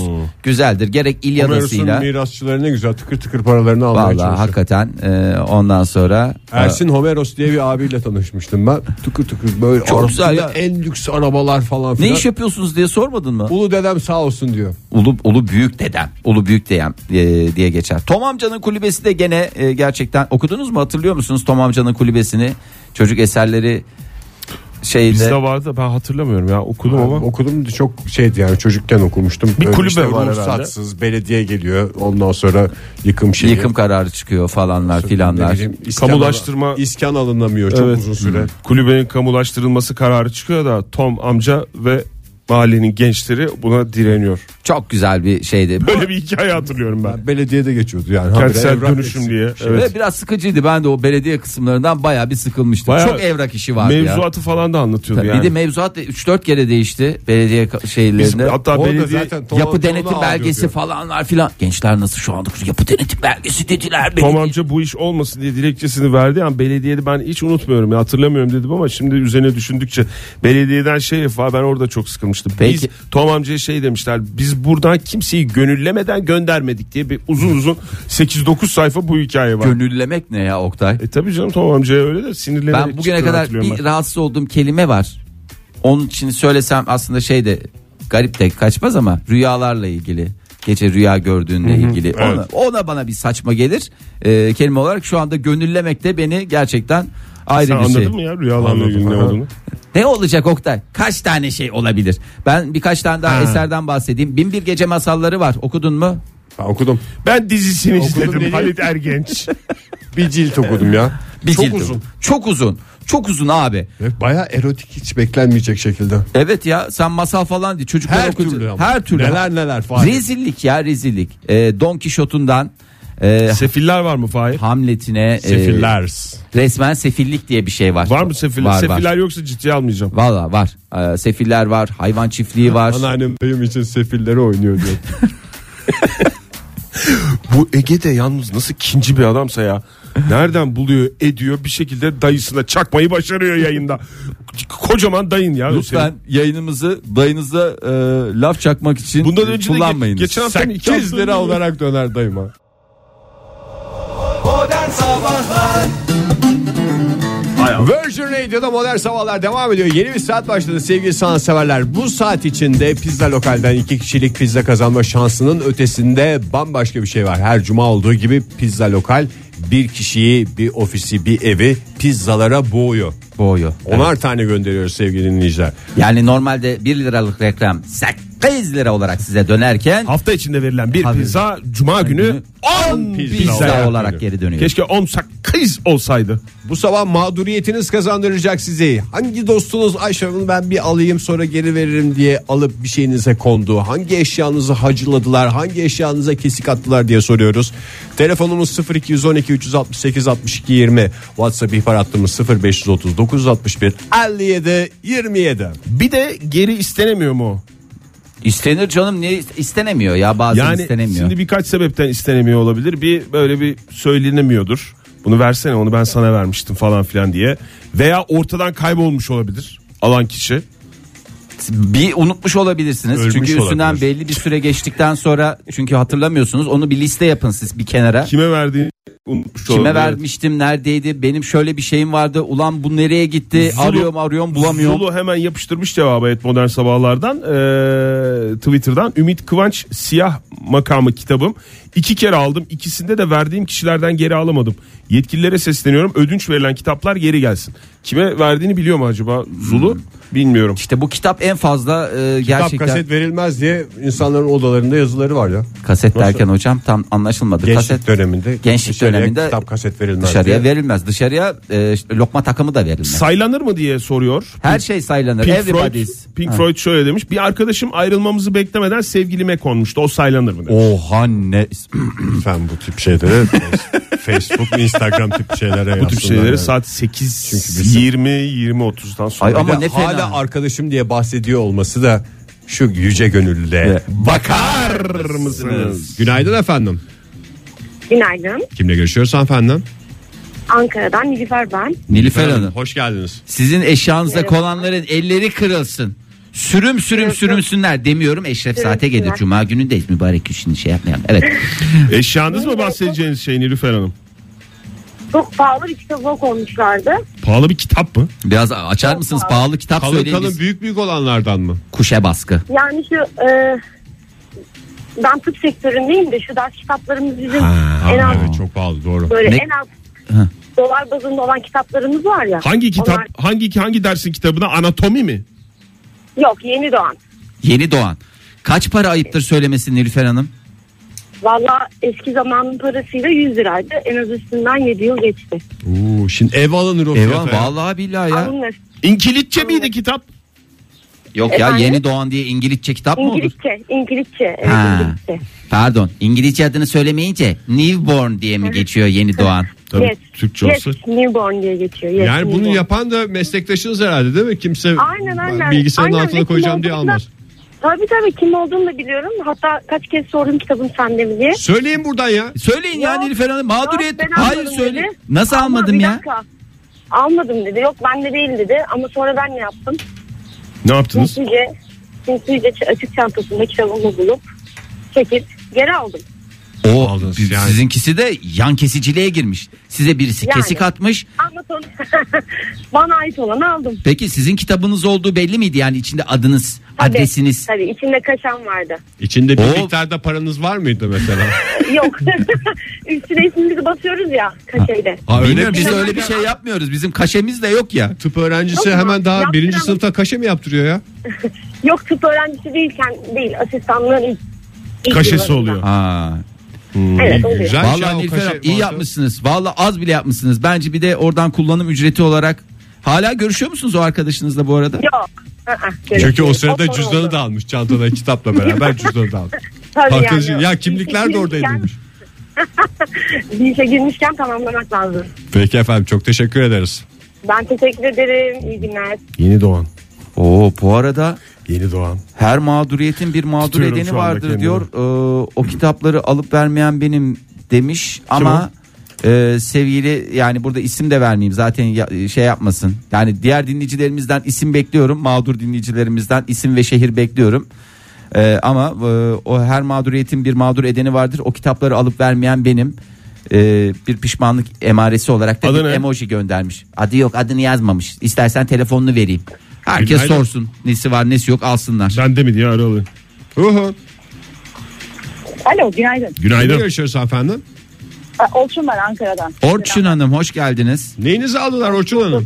Speaker 4: güzeldir. Gerek İlyadası'yla
Speaker 3: Homeros'un mirasçıları ne güzel tıkır tıkır paralarını almaya
Speaker 4: Vallahi
Speaker 3: çalışıyor.
Speaker 4: hakikaten e, ondan sonra
Speaker 3: Ersin Homeros diye bir abiyle tanışmıştım ben. Tıkır tıkır böyle
Speaker 4: Çok güzel
Speaker 3: arasında
Speaker 4: ya.
Speaker 3: en lüks arabalar falan
Speaker 4: ne
Speaker 3: filan.
Speaker 4: iş yapıyorsunuz diye sormadın mı?
Speaker 3: Ulu dedem sağ olsun diyor.
Speaker 4: Ulu, ulu büyük dedem. Ulu büyük dedem e, diye geçer. Tom amcanın kulübesi de gene e, gerçekten okudunuz mu hatırlıyor musunuz Tom amcanın kulübesini? Çocuk eserleri şeyde.
Speaker 5: Bizde vardı da ben hatırlamıyorum ya okudum ama.
Speaker 3: Okudum da çok şeydi yani çocukken okumuştum.
Speaker 5: Bir
Speaker 3: Böyle
Speaker 5: kulübe
Speaker 3: işte
Speaker 5: var
Speaker 3: ruhsatsız, belediye geliyor. Ondan sonra yıkım şeyi.
Speaker 4: Yıkım kararı çıkıyor falanlar
Speaker 3: Ne
Speaker 4: filanlar.
Speaker 3: bileyim, iskan
Speaker 5: Kamulaştırma-
Speaker 3: alın- iskan alınamıyor çok
Speaker 5: Evet.
Speaker 3: uzun süre.
Speaker 5: Kulübenin kamulaştırılması kararı çıkıyor da Tom amca ve mahallenin gençleri buna direniyor.
Speaker 4: Çok güzel bir şeydi.
Speaker 5: Böyle bir hikaye hatırlıyorum ben.
Speaker 3: Belediyede geçiyordu yani.
Speaker 5: Kentsel
Speaker 3: Habire evrak
Speaker 5: dönüşüm
Speaker 3: eksik.
Speaker 5: diye.
Speaker 4: Ve
Speaker 5: Evet.
Speaker 4: biraz sıkıcıydı. Ben de o belediye kısımlarından bayağı bir sıkılmıştım.
Speaker 5: Bayağı
Speaker 4: Çok evrak işi vardı ya.
Speaker 5: Mevzuatı falan da anlatıyordu
Speaker 4: Tabii
Speaker 5: yani.
Speaker 4: Bir de mevzuat da 3-4 kere değişti belediye ka-
Speaker 5: Biz-
Speaker 4: şeylerinde.
Speaker 5: hatta
Speaker 3: Orada
Speaker 5: belediye
Speaker 3: zaten Tom
Speaker 4: yapı
Speaker 3: amca onu
Speaker 4: denetim
Speaker 3: ağlıyor
Speaker 4: belgesi
Speaker 3: diyor.
Speaker 4: falanlar filan. Gençler nasıl şu anda yapı denetim belgesi dediler.
Speaker 5: Tom
Speaker 4: belediye-
Speaker 5: amca bu iş olmasın diye dilekçesini verdi. Yani belediyede ben hiç unutmuyorum ya hatırlamıyorum dedim ama şimdi üzerine düşündükçe belediyeden şey var ben orada çok sıkılmıştım. Biz
Speaker 4: Peki.
Speaker 5: Tom amcaya şey demişler biz buradan kimseyi gönüllemeden göndermedik diye bir uzun uzun 8-9 sayfa bu hikaye var.
Speaker 4: Gönüllemek ne ya Oktay?
Speaker 5: E tabii canım Tom amcaya öyle de sinirlenerek
Speaker 4: ben bugüne
Speaker 5: çıktığını
Speaker 4: kadar
Speaker 5: hatırlıyorum
Speaker 4: bir
Speaker 5: ben.
Speaker 4: rahatsız olduğum kelime var. Onun için söylesem aslında şey de garip de kaçmaz ama rüyalarla ilgili. Gece rüya gördüğünle ilgili. Ona, ona bana bir saçma gelir. Ee, kelime olarak şu anda gönüllemek de beni gerçekten ayrı
Speaker 5: Sen
Speaker 4: bir
Speaker 5: anladın
Speaker 4: şey.
Speaker 5: mı ya rüyalarla ilgili ne
Speaker 3: Aha.
Speaker 5: olduğunu?
Speaker 4: Ne olacak Oktay? Kaç tane şey olabilir? Ben birkaç tane daha eserden bahsedeyim. Bin Bir Gece Masalları var. Okudun mu?
Speaker 7: Ha, okudum.
Speaker 5: Ben dizisini izledim
Speaker 7: dediğin-
Speaker 5: Halit Ergenç.
Speaker 7: Bir cilt okudum ya.
Speaker 4: Bir
Speaker 7: Çok
Speaker 4: cilt.
Speaker 7: uzun.
Speaker 4: Çok uzun. Çok uzun abi.
Speaker 7: Ve baya erotik hiç beklenmeyecek şekilde.
Speaker 4: Evet ya sen masal falan değil. Çocuklar
Speaker 7: Her
Speaker 4: okuyunca-
Speaker 7: türlü ama.
Speaker 4: Her türlü.
Speaker 7: Neler neler Fahir.
Speaker 4: Rezillik ya rezillik. Ee, Don Kişot'undan e,
Speaker 5: Sefiller var mı Fahir?
Speaker 4: Hamlet'ine e,
Speaker 5: Sefillers.
Speaker 4: resmen sefillik diye bir şey var.
Speaker 5: Var mı sefiller?
Speaker 4: Var,
Speaker 5: sefiller
Speaker 4: var.
Speaker 5: yoksa ciddiye almayacağım.
Speaker 4: Valla var. Ee, sefiller var. Hayvan çiftliği var.
Speaker 7: Anneannem benim için sefilleri oynuyor diyor. Bu
Speaker 5: Ege'de yalnız nasıl kinci bir adamsa ya. Nereden buluyor ediyor bir şekilde dayısına çakmayı başarıyor yayında. Kocaman dayın ya.
Speaker 4: Lütfen
Speaker 5: Senin.
Speaker 4: yayınımızı dayınıza e, laf çakmak için
Speaker 5: Bundan önce de
Speaker 4: kullanmayınız.
Speaker 5: ge- geçen hafta mı, iki
Speaker 7: 8
Speaker 5: hafta
Speaker 7: lira
Speaker 5: önce mi?
Speaker 7: olarak döner dayıma.
Speaker 8: Modern Sabahlar
Speaker 3: Virgin Radio'da modern sabahlar devam ediyor. Yeni bir saat başladı sevgili sanatseverler. Bu saat içinde pizza lokalden iki kişilik pizza kazanma şansının ötesinde bambaşka bir şey var. Her cuma olduğu gibi pizza lokal bir kişiyi, bir ofisi, bir evi pizzalara boğuyor.
Speaker 4: Boyu.
Speaker 3: Onar tane gönderiyoruz sevgili dinleyiciler.
Speaker 4: Yani normalde 1 liralık reklam 8 lira olarak size dönerken
Speaker 5: Hafta içinde verilen bir
Speaker 4: Tabii.
Speaker 5: pizza cuma günü
Speaker 4: günü
Speaker 5: 10 pizza,
Speaker 4: pizza
Speaker 5: olarak
Speaker 4: olarak
Speaker 5: dönüyor.
Speaker 4: geri dönüyor.
Speaker 5: Keşke 10 sakız olsaydı.
Speaker 3: Bu sabah mağduriyetiniz kazandıracak sizi. Hangi dostunuz Ayşe Hanım ben bir alayım sonra geri veririm diye alıp bir şeyinize kondu. Hangi eşyanızı hacıladılar, hangi eşyanıza kesik attılar diye soruyoruz. Telefonumuz 0212 368 62 20. WhatsApp ihbar hattımız 0530 961 57 27.
Speaker 5: Bir de geri istenemiyor mu o?
Speaker 4: istenir canım niye ist- istenemiyor ya bazen
Speaker 5: Yani
Speaker 4: istenemiyor.
Speaker 5: şimdi birkaç sebepten istenemiyor olabilir. Bir böyle bir söylenemiyordur. Bunu versene onu ben sana vermiştim falan filan diye. Veya ortadan kaybolmuş olabilir alan kişi.
Speaker 4: Bir unutmuş olabilirsiniz.
Speaker 7: Ölmüş
Speaker 4: çünkü üstünden
Speaker 7: olabilir.
Speaker 4: belli bir süre geçtikten sonra çünkü hatırlamıyorsunuz. Onu bir liste yapın siz bir kenara.
Speaker 5: Kime verdiğini unutmuş
Speaker 4: Kime
Speaker 5: olabilir.
Speaker 4: vermiştim, neredeydi? Benim şöyle bir şeyim vardı. Ulan bu nereye gitti?
Speaker 5: Zulu-
Speaker 4: arıyorum, arıyorum, bulamıyorum.
Speaker 5: Zulu hemen yapıştırmış cevabı et modern sabahlardan eee, Twitter'dan Ümit Kıvanç siyah makamı kitabım iki kere aldım ikisinde de verdiğim kişilerden geri alamadım yetkililere sesleniyorum ödünç verilen kitaplar geri gelsin kime verdiğini biliyor mu acaba
Speaker 4: Hmm.
Speaker 5: Zulu bilmiyorum
Speaker 4: İşte bu kitap en fazla e,
Speaker 3: Kitap
Speaker 4: gerçekten kaset,
Speaker 3: kaset verilmez diye insanların odalarında yazıları var ya.
Speaker 4: derken hocam tam anlaşılmadı.
Speaker 3: Gençlik
Speaker 4: kaset
Speaker 3: döneminde
Speaker 4: gençlik
Speaker 3: dışarıya
Speaker 4: döneminde
Speaker 3: kitap kaset verilmez
Speaker 4: Dışarıya
Speaker 3: diye.
Speaker 4: verilmez. Dışarıya e, işte lokma takımı da verilmez.
Speaker 5: saylanır mı diye soruyor
Speaker 4: Her şey saylanır.
Speaker 5: Pink Freud,
Speaker 4: Everybody's.
Speaker 5: Pink
Speaker 4: Ha.
Speaker 5: Freud şöyle demiş bir arkadaşım ayrılmamızı beklemeden sevgilime konmuştu o saylanır mı demiş.
Speaker 4: Oha ne
Speaker 7: Lütfen bu tip şeyleri Facebook, Instagram tip şeylere
Speaker 5: Bu tip şeyleri saat 8 20 20 30'dan sonra
Speaker 4: Ay, ama ne fena.
Speaker 3: Hala arkadaşım diye bahsediyor olması da şu yüce gönüllüde.
Speaker 5: bakar mısınız?
Speaker 3: Günaydın efendim.
Speaker 6: Günaydın.
Speaker 3: Kimle görüşüyoruz hanımefendi?
Speaker 6: Ankara'dan Nilüfer ben.
Speaker 4: Nilüfer Hanım
Speaker 3: Hoş geldiniz.
Speaker 4: sizin eşyanıza
Speaker 6: Merhaba.
Speaker 4: kolanların elleri kırılsın. Sürüm sürüm sürümsünler demiyorum. Eşref saate gelir.
Speaker 6: Sürümsünler.
Speaker 4: Cuma günündeyiz mübarek gün şimdi şey yapmayalım. Evet.
Speaker 5: Eşyanız mı bahsedeceğiniz şey Nilüfer Hanım?
Speaker 6: Çok pahalı bir kitaba koymuşlardı.
Speaker 5: Pahalı bir kitap mı?
Speaker 4: Biraz açar mısınız? Pahalı kitap
Speaker 3: Kalın
Speaker 4: söyleyin.
Speaker 3: kalın
Speaker 4: biz.
Speaker 3: büyük büyük olanlardan mı?
Speaker 4: Kuşe baskı.
Speaker 6: Yani şu e, ben tıp sektöründeyim de şu ders kitaplarımız bizim en az
Speaker 3: çok pahalı doğru.
Speaker 6: böyle
Speaker 4: Ne-
Speaker 6: en az
Speaker 4: Hı.
Speaker 6: dolar bazında olan kitaplarımız var ya.
Speaker 5: Hangi kitap?
Speaker 6: Onlar-
Speaker 5: Hangi hangi dersin kitabına? Anatomi mi?
Speaker 6: yok yeni doğan.
Speaker 4: Yeni doğan. Kaç para ayıptır söylemesi Nilüfer Hanım?
Speaker 6: Valla eski zamanın parasıyla 100 liraydı. En az üstünden 7 yıl geçti.
Speaker 3: Oo, şimdi ev alınır o
Speaker 4: Eyvah
Speaker 3: fiyata ya.
Speaker 4: vallahi billahi ya.
Speaker 6: Alınır.
Speaker 5: İnkilitçe miydi kitap?
Speaker 4: Yok ya
Speaker 6: Efendim?
Speaker 4: yeni doğan diye İngilizce kitap mı olur?
Speaker 6: İngilizce, İngilizce, evet,
Speaker 4: Ha.
Speaker 6: İngilizce.
Speaker 4: Pardon İngilizce adını söylemeyince newborn diye mi geçiyor yeni doğan?
Speaker 5: Tabii,
Speaker 6: Yes,
Speaker 5: Türkçe
Speaker 6: yes,
Speaker 5: olsa.
Speaker 6: newborn diye geçiyor. Yes,
Speaker 3: Yani bunu
Speaker 6: newborn.
Speaker 3: yapan da meslektaşınız herhalde değil mi? Kimse
Speaker 6: Aynen, aynen.
Speaker 3: bilgisayarın
Speaker 6: Aynen,
Speaker 3: altına
Speaker 6: ve kim
Speaker 3: koyacağım diye
Speaker 6: olduğunu da-
Speaker 3: almaz.
Speaker 6: Tabii tabii kim olduğunu da biliyorum. Hatta kaç kez sordum kitabım sende mi diye.
Speaker 3: Söyleyin buradan ya.
Speaker 4: Söyleyin ya
Speaker 6: Yok,
Speaker 4: Nilüfer Hanım mağduriyet.
Speaker 6: Yok, ben
Speaker 4: Hayır
Speaker 6: almadım
Speaker 4: söyle.
Speaker 6: dedi.
Speaker 4: Nasıl
Speaker 6: Ama
Speaker 4: almadım
Speaker 6: bir
Speaker 4: ya?
Speaker 6: dakika. Almadım dedi. Yok bende değil dedi. Ama sonra ben ne yaptım?
Speaker 5: Ne yaptınız?
Speaker 6: Sinsice, sinsice ç- açık çantasında kitabımı bulup çekip geri aldım.
Speaker 4: O
Speaker 3: Aldınız
Speaker 4: biz-
Speaker 3: yani.
Speaker 4: sizinkisi de yan kesiciliğe girmiş. Size birisi
Speaker 6: Yani.
Speaker 4: kesik atmış.
Speaker 6: Ama sonra bana ait olanı aldım.
Speaker 4: Peki sizin kitabınız olduğu belli miydi yani içinde adınız,
Speaker 6: Tabii,
Speaker 4: adresiniz?
Speaker 6: Tabii içinde kaşan vardı.
Speaker 3: İçinde bir
Speaker 4: O-
Speaker 3: miktarda paranız var mıydı mesela?
Speaker 6: Yok. Üstüne ismimizi basıyoruz ya kaşeyle.
Speaker 3: Ha, öyle
Speaker 4: Bilmiyorum,
Speaker 3: bir
Speaker 4: biz
Speaker 6: şey-
Speaker 4: öyle bir şey yapmıyoruz. Bizim kaşemiz de yok ya.
Speaker 3: tıp öğrencisi
Speaker 6: Yok,
Speaker 3: hemen daha
Speaker 6: yaptıran-
Speaker 3: birinci sınıfta kaşe mi yaptırıyor ya?
Speaker 6: Yok tıp öğrencisi değilken değil asistanlığın ilk
Speaker 9: İlk
Speaker 5: kaşesi
Speaker 9: yıllarında.
Speaker 5: oluyor.
Speaker 4: Ha.
Speaker 9: Evet oluyor.
Speaker 3: Güzel
Speaker 4: Vallahi
Speaker 3: ya, şey o
Speaker 4: Nilüfer
Speaker 3: kaşe-
Speaker 4: Hanım, iyi yapmışsınız. Vallahi az bile yapmışsınız. Bence bir de oradan kullanım ücreti olarak hala görüşüyor musunuz o arkadaşınızla bu arada?
Speaker 9: Yok. ı-ı,
Speaker 3: Çünkü o
Speaker 9: gerekiyor.
Speaker 3: sırada
Speaker 9: Hoppa
Speaker 3: cüzdanı
Speaker 9: oldu.
Speaker 3: da almış çantada kitapla beraber cüzdanı da almış.
Speaker 9: Tabii
Speaker 3: Arkadaşın,
Speaker 9: yani.
Speaker 3: ya kimlikler de oradaydı
Speaker 9: Bir işe
Speaker 3: demiş.
Speaker 9: girmişken- Bir işe girmişken tamamlamak lazım.
Speaker 3: Peki efendim çok teşekkür ederiz.
Speaker 9: Ben teşekkür ederim. İyi günler.
Speaker 5: Yeni doğan.
Speaker 4: Oo bu arada
Speaker 5: Yeni doğan.
Speaker 4: her mağduriyetin bir mağdur
Speaker 5: Tutuyorum
Speaker 4: edeni
Speaker 5: şu anda
Speaker 4: vardır
Speaker 5: kendimi.
Speaker 4: diyor. Ee, o kitapları alıp vermeyen benim demiş ama e, sevgili yani burada isim de vermeyeyim zaten ya- şey yapmasın. Yani diğer dinleyicilerimizden isim bekliyorum. Mağdur dinleyicilerimizden isim ve şehir bekliyorum. Ee, ama e, o her mağduriyetin bir mağdur edeni vardır. O kitapları alıp vermeyen benim. Ee, bir pişmanlık emaresi olarak da
Speaker 5: Adı
Speaker 4: bir
Speaker 5: ne?
Speaker 4: emoji göndermiş. Adı yok adını yazmamış. İstersen telefonunu vereyim. Herkes
Speaker 5: Günaydın.
Speaker 4: sorsun nesi var nesi yok alsınlar.
Speaker 5: Sen de mi diye arıyorlar.
Speaker 10: Alo günaydın.
Speaker 3: Kimle
Speaker 5: Günaydın.
Speaker 3: görüşüyoruz efendim?
Speaker 10: Ha, Olçun ben Ankara'dan.
Speaker 4: Orçun Hanım hoş geldiniz.
Speaker 3: Neyinizi aldılar Orçun Hanım?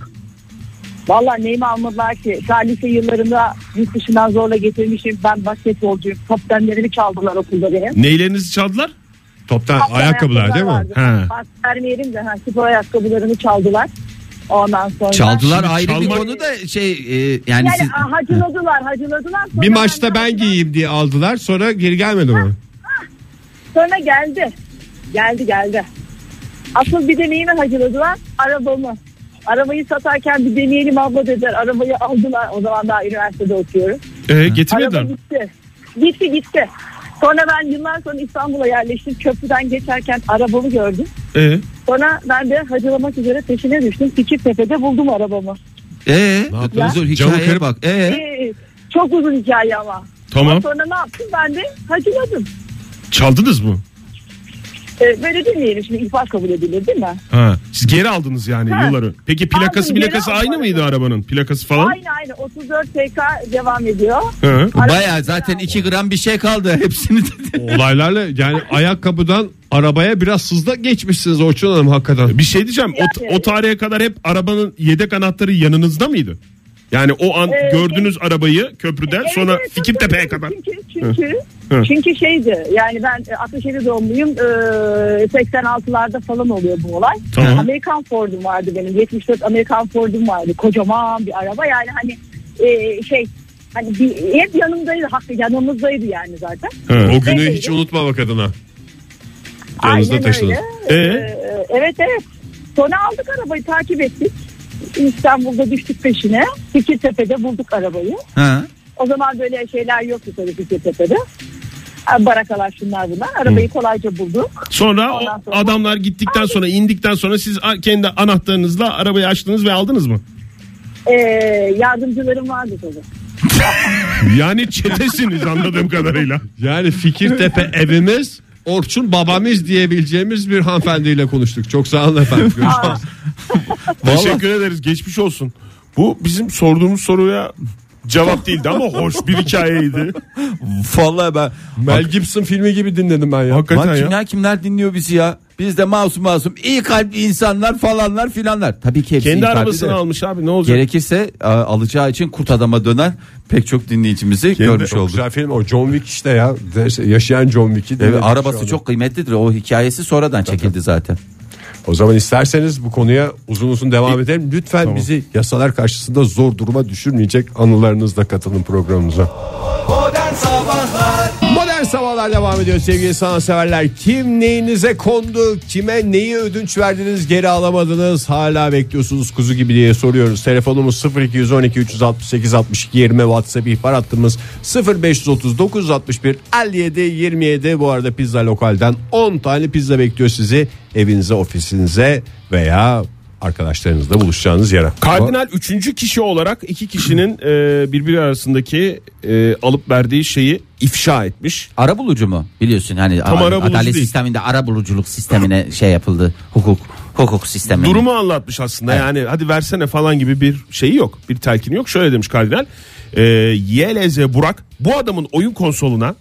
Speaker 10: Valla neyimi almadılar ki? Daha lise yıllarında yurt dışından zorla getirmişim. Ben basketbolcuyum. Toptenlerimi çaldılar okulda benim.
Speaker 5: Neylerinizi çaldılar?
Speaker 3: Toptan ayakkabılar değil mi?
Speaker 10: vardı.
Speaker 5: Ha.
Speaker 10: Bas vermeyelim de ha, spor ayakkabılarını çaldılar. Ondan sonra.
Speaker 4: Çaldılar ayrı bir
Speaker 5: çalmak-
Speaker 4: konu da şey e, yani,
Speaker 10: Yani
Speaker 4: siz-
Speaker 10: ah, hacıladılar hacıladılar. Sonra
Speaker 3: Bir maçta ben
Speaker 10: geldim.
Speaker 3: giyeyim diye aldılar sonra geri gelmedi mi?
Speaker 10: Sonra geldi. Geldi geldi. Asıl bir deneyimi hacıladılar. Arabamı. Arabayı satarken bir deneyelim abla dediler. Arabayı aldılar. O zaman daha üniversitede okuyorum.
Speaker 5: Ee,
Speaker 10: Araba
Speaker 5: getirmediler mi?
Speaker 10: gitti. Gitti gitti. Sonra ben yıllar sonra İstanbul'a yerleştim. Köprüden geçerken arabamı gördüm.
Speaker 5: Ee,
Speaker 10: Sonra ben de hacılamak üzere peşine düştüm. Fikirtepe'de buldum arabamı.
Speaker 4: Ee,
Speaker 10: yaptınız?
Speaker 4: dur
Speaker 3: Camı
Speaker 4: hikayeye
Speaker 3: kırıp-
Speaker 4: bak. Ee,
Speaker 10: Ee, çok uzun hikaye ama.
Speaker 5: tamam.
Speaker 10: Sonra ne yaptım? Ben de hacıladım.
Speaker 5: Çaldınız mı?
Speaker 10: Ee, böyle demeyelim şimdi ihbar kabul edilir değil mi?
Speaker 5: Ha. Siz geri aldınız yani
Speaker 10: Ha.
Speaker 5: yılları. Peki plakası
Speaker 10: Aldım, geri
Speaker 5: plakası
Speaker 10: aldım
Speaker 5: aynı
Speaker 10: arada.
Speaker 5: mıydı arabanın? Plakası falan?
Speaker 10: Aynı aynı 34 TK devam ediyor.
Speaker 5: Hı.
Speaker 4: baya zaten 2 gram bir şey kaldı hepsini. dedi.
Speaker 3: Olaylarla yani ayakkabıdan arabaya biraz hızla geçmişsiniz Orçun Hanım hakikaten.
Speaker 5: Bir şey diyeceğim. O, o tarihe kadar hep arabanın yedek anahtarı yanınızda mıydı? Yani o an
Speaker 10: Ee,
Speaker 5: gördüğünüz arabayı köprüden
Speaker 10: Evet,
Speaker 5: sonra
Speaker 10: evet,
Speaker 5: Fikirtepe'ye
Speaker 10: tabii,
Speaker 5: kadar.
Speaker 10: Çünkü, çünkü,
Speaker 5: Hı.
Speaker 10: çünkü şeydi yani ben e, 67 doğumluyum. Ee, 86'larda falan oluyor bu olay.
Speaker 5: Tamam.
Speaker 10: Amerikan Ford'um vardı benim. 74 Amerikan Ford'um vardı. Kocaman bir araba yani hani e, şey hani bir, hep yanımdaydı. Haklı yanımızdaydı yani zaten.
Speaker 5: Hı.
Speaker 3: O günü hiç unutmamak adına. Yanınızda
Speaker 10: Aynen
Speaker 3: taşıdınız.
Speaker 10: öyle.
Speaker 5: E?
Speaker 10: Ee, evet evet. Sonra aldık arabayı takip ettik. İstanbul'da düştük peşine. Fikirtepe'de bulduk arabayı.
Speaker 4: ha.
Speaker 10: O zaman böyle şeyler yoktu tabii Fikirtepe'de. Ha, Barakalar şunlar bunlar. Arabayı kolayca bulduk.
Speaker 5: Sonra o
Speaker 10: Ondan sonra-
Speaker 5: adamlar gittikten sonra indikten sonra siz a- kendi anahtarınızla arabayı açtınız ve aldınız mı?
Speaker 10: Ee, yardımcılarım vardı tabii.
Speaker 5: Yani çetesiniz anladığım kadarıyla.
Speaker 3: Yani Fikirtepe evimiz Orçun babamız diyebileceğimiz bir hanımefendiyle konuştuk. Çok sağ olun efendim. Görüşürüz.
Speaker 5: Teşekkür ederiz. Geçmiş olsun. Bu bizim sorduğumuz soruya cevap değildi ama hoş bir hikayeydi.
Speaker 4: Vallahi ben
Speaker 3: Mel Gibson filmi gibi dinledim ben ya.
Speaker 5: Hakikaten
Speaker 4: Bak
Speaker 5: ya.
Speaker 4: kimler kimler dinliyor bizi ya. Biz de masum masum iyi kalpli insanlar falanlar filanlar. Tabii ki hepsi iyi
Speaker 5: Kendi
Speaker 4: kalpli
Speaker 5: arabasını
Speaker 4: de.
Speaker 5: almış abi ne olacak?
Speaker 4: Gerekirse e, alacağı için kurt adama dönen pek çok dinleyicimizi görmüş
Speaker 3: Çok
Speaker 4: olduk.
Speaker 3: güzel film o John Wick işte ya. Neyse, Yaşayan John Wick'i.
Speaker 4: Evet,
Speaker 3: dinledik şu
Speaker 4: arabası
Speaker 3: anda.
Speaker 4: çok kıymetlidir. O hikayesi sonradan çekildi zaten.
Speaker 3: O zaman isterseniz bu konuya uzun uzun devam edelim. Lütfen bizi yasalar karşısında zor duruma düşürmeyecek anılarınızla katılın programımıza.
Speaker 2: Modern Sabahlar
Speaker 3: Modern Sabahlar devam ediyor sevgili sanatseverler. Kim neyinize kondu, kime neyi ödünç verdiniz, geri alamadınız, hala bekliyorsunuz kuzu gibi diye soruyoruz. Telefonumuz 0212 368 62 20 WhatsApp ihbar hattımız 0530 961 57 27. Bu arada Pizza Lokal'den 10 tane pizza bekliyor sizi evinize, ofisinize veya arkadaşlarınızla buluşacağınız yere.
Speaker 5: Kardinal üçüncü kişi olarak iki kişinin e, birbiri arasındaki e, alıp verdiği şeyi ifşa etmiş.
Speaker 4: Ara bulucu mu? Biliyorsun hani
Speaker 5: Tam
Speaker 4: a-
Speaker 5: ara bulucu
Speaker 4: adalet
Speaker 5: değil.
Speaker 4: sisteminde ara buluculuk sistemine şey yapıldı. Hukuk hukuk sistemi.
Speaker 5: Durumu anlatmış aslında yani hadi versene falan gibi bir şeyi yok. Bir telkini yok. Şöyle demiş kardinal. E, YLZ Burak bu adamın oyun konsoluna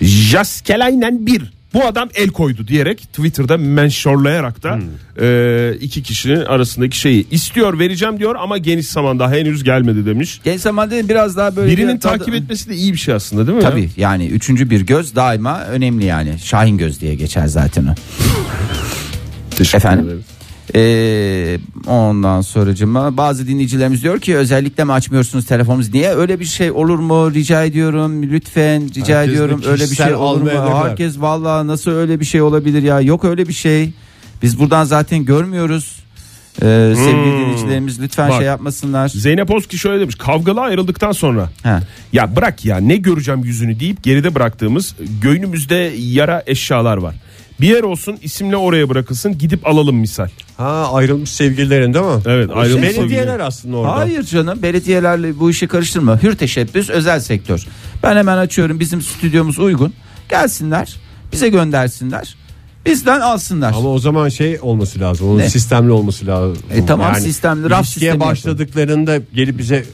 Speaker 5: Jaskelainen 1 Bu adam el koydu diyerek Twitter'da menşorlayarak da e, iki kişinin arasındaki şeyi istiyor vereceğim diyor ama geniş zamanda henüz gelmedi demiş.
Speaker 4: Genç zamanda biraz daha böyle
Speaker 5: Birinin
Speaker 4: bir-
Speaker 5: takip etmesi de iyi bir şey aslında değil mi?
Speaker 4: Tabii yani üçüncü bir göz daima önemli yani. Şahin göz diye geçer zaten o. Efendim. Ee, ondan sonracıma bazı dinleyicilerimiz diyor ki özellikle mi açmıyorsunuz telefonunuzu niye öyle bir şey olur mu rica ediyorum lütfen rica
Speaker 3: Herkes de
Speaker 4: ediyorum öyle bir şey
Speaker 3: kişisel
Speaker 4: olur mu
Speaker 3: almaya ne kadar?
Speaker 4: herkes vallahi nasıl öyle bir şey olabilir ya yok öyle bir şey biz buradan zaten görmüyoruz Ee, sevgili dinleyicilerimiz lütfen
Speaker 5: Bak.
Speaker 4: şey yapmasınlar
Speaker 5: Zeynep Oski şöyle demiş kavgalı ayrıldıktan sonra
Speaker 4: Ha.
Speaker 5: ya bırak ya ne göreceğim yüzünü deyip geride bıraktığımız göynümüzde yara eşyalar var. Bir yer olsun isimle oraya bırakılsın gidip alalım misal.
Speaker 3: Ha ayrılmış sevgililerin değil mi?
Speaker 5: Evet,
Speaker 3: O
Speaker 5: ayrılmış
Speaker 3: Belediyeler
Speaker 5: sevgili.
Speaker 3: aslında orada.
Speaker 4: Hayır canım belediyelerle bu işi karıştırma. Hür teşebbüs özel sektör. Ben hemen açıyorum bizim stüdyomuz uygun. Gelsinler bize göndersinler. Bizden alsınlar.
Speaker 3: Ama o zaman şey olması lazım. Onun
Speaker 4: Ne?
Speaker 3: sistemli olması lazım.
Speaker 4: E tamam, sistemli, raf
Speaker 3: ilişkiye
Speaker 4: sistemi
Speaker 3: başladıklarında gelip bize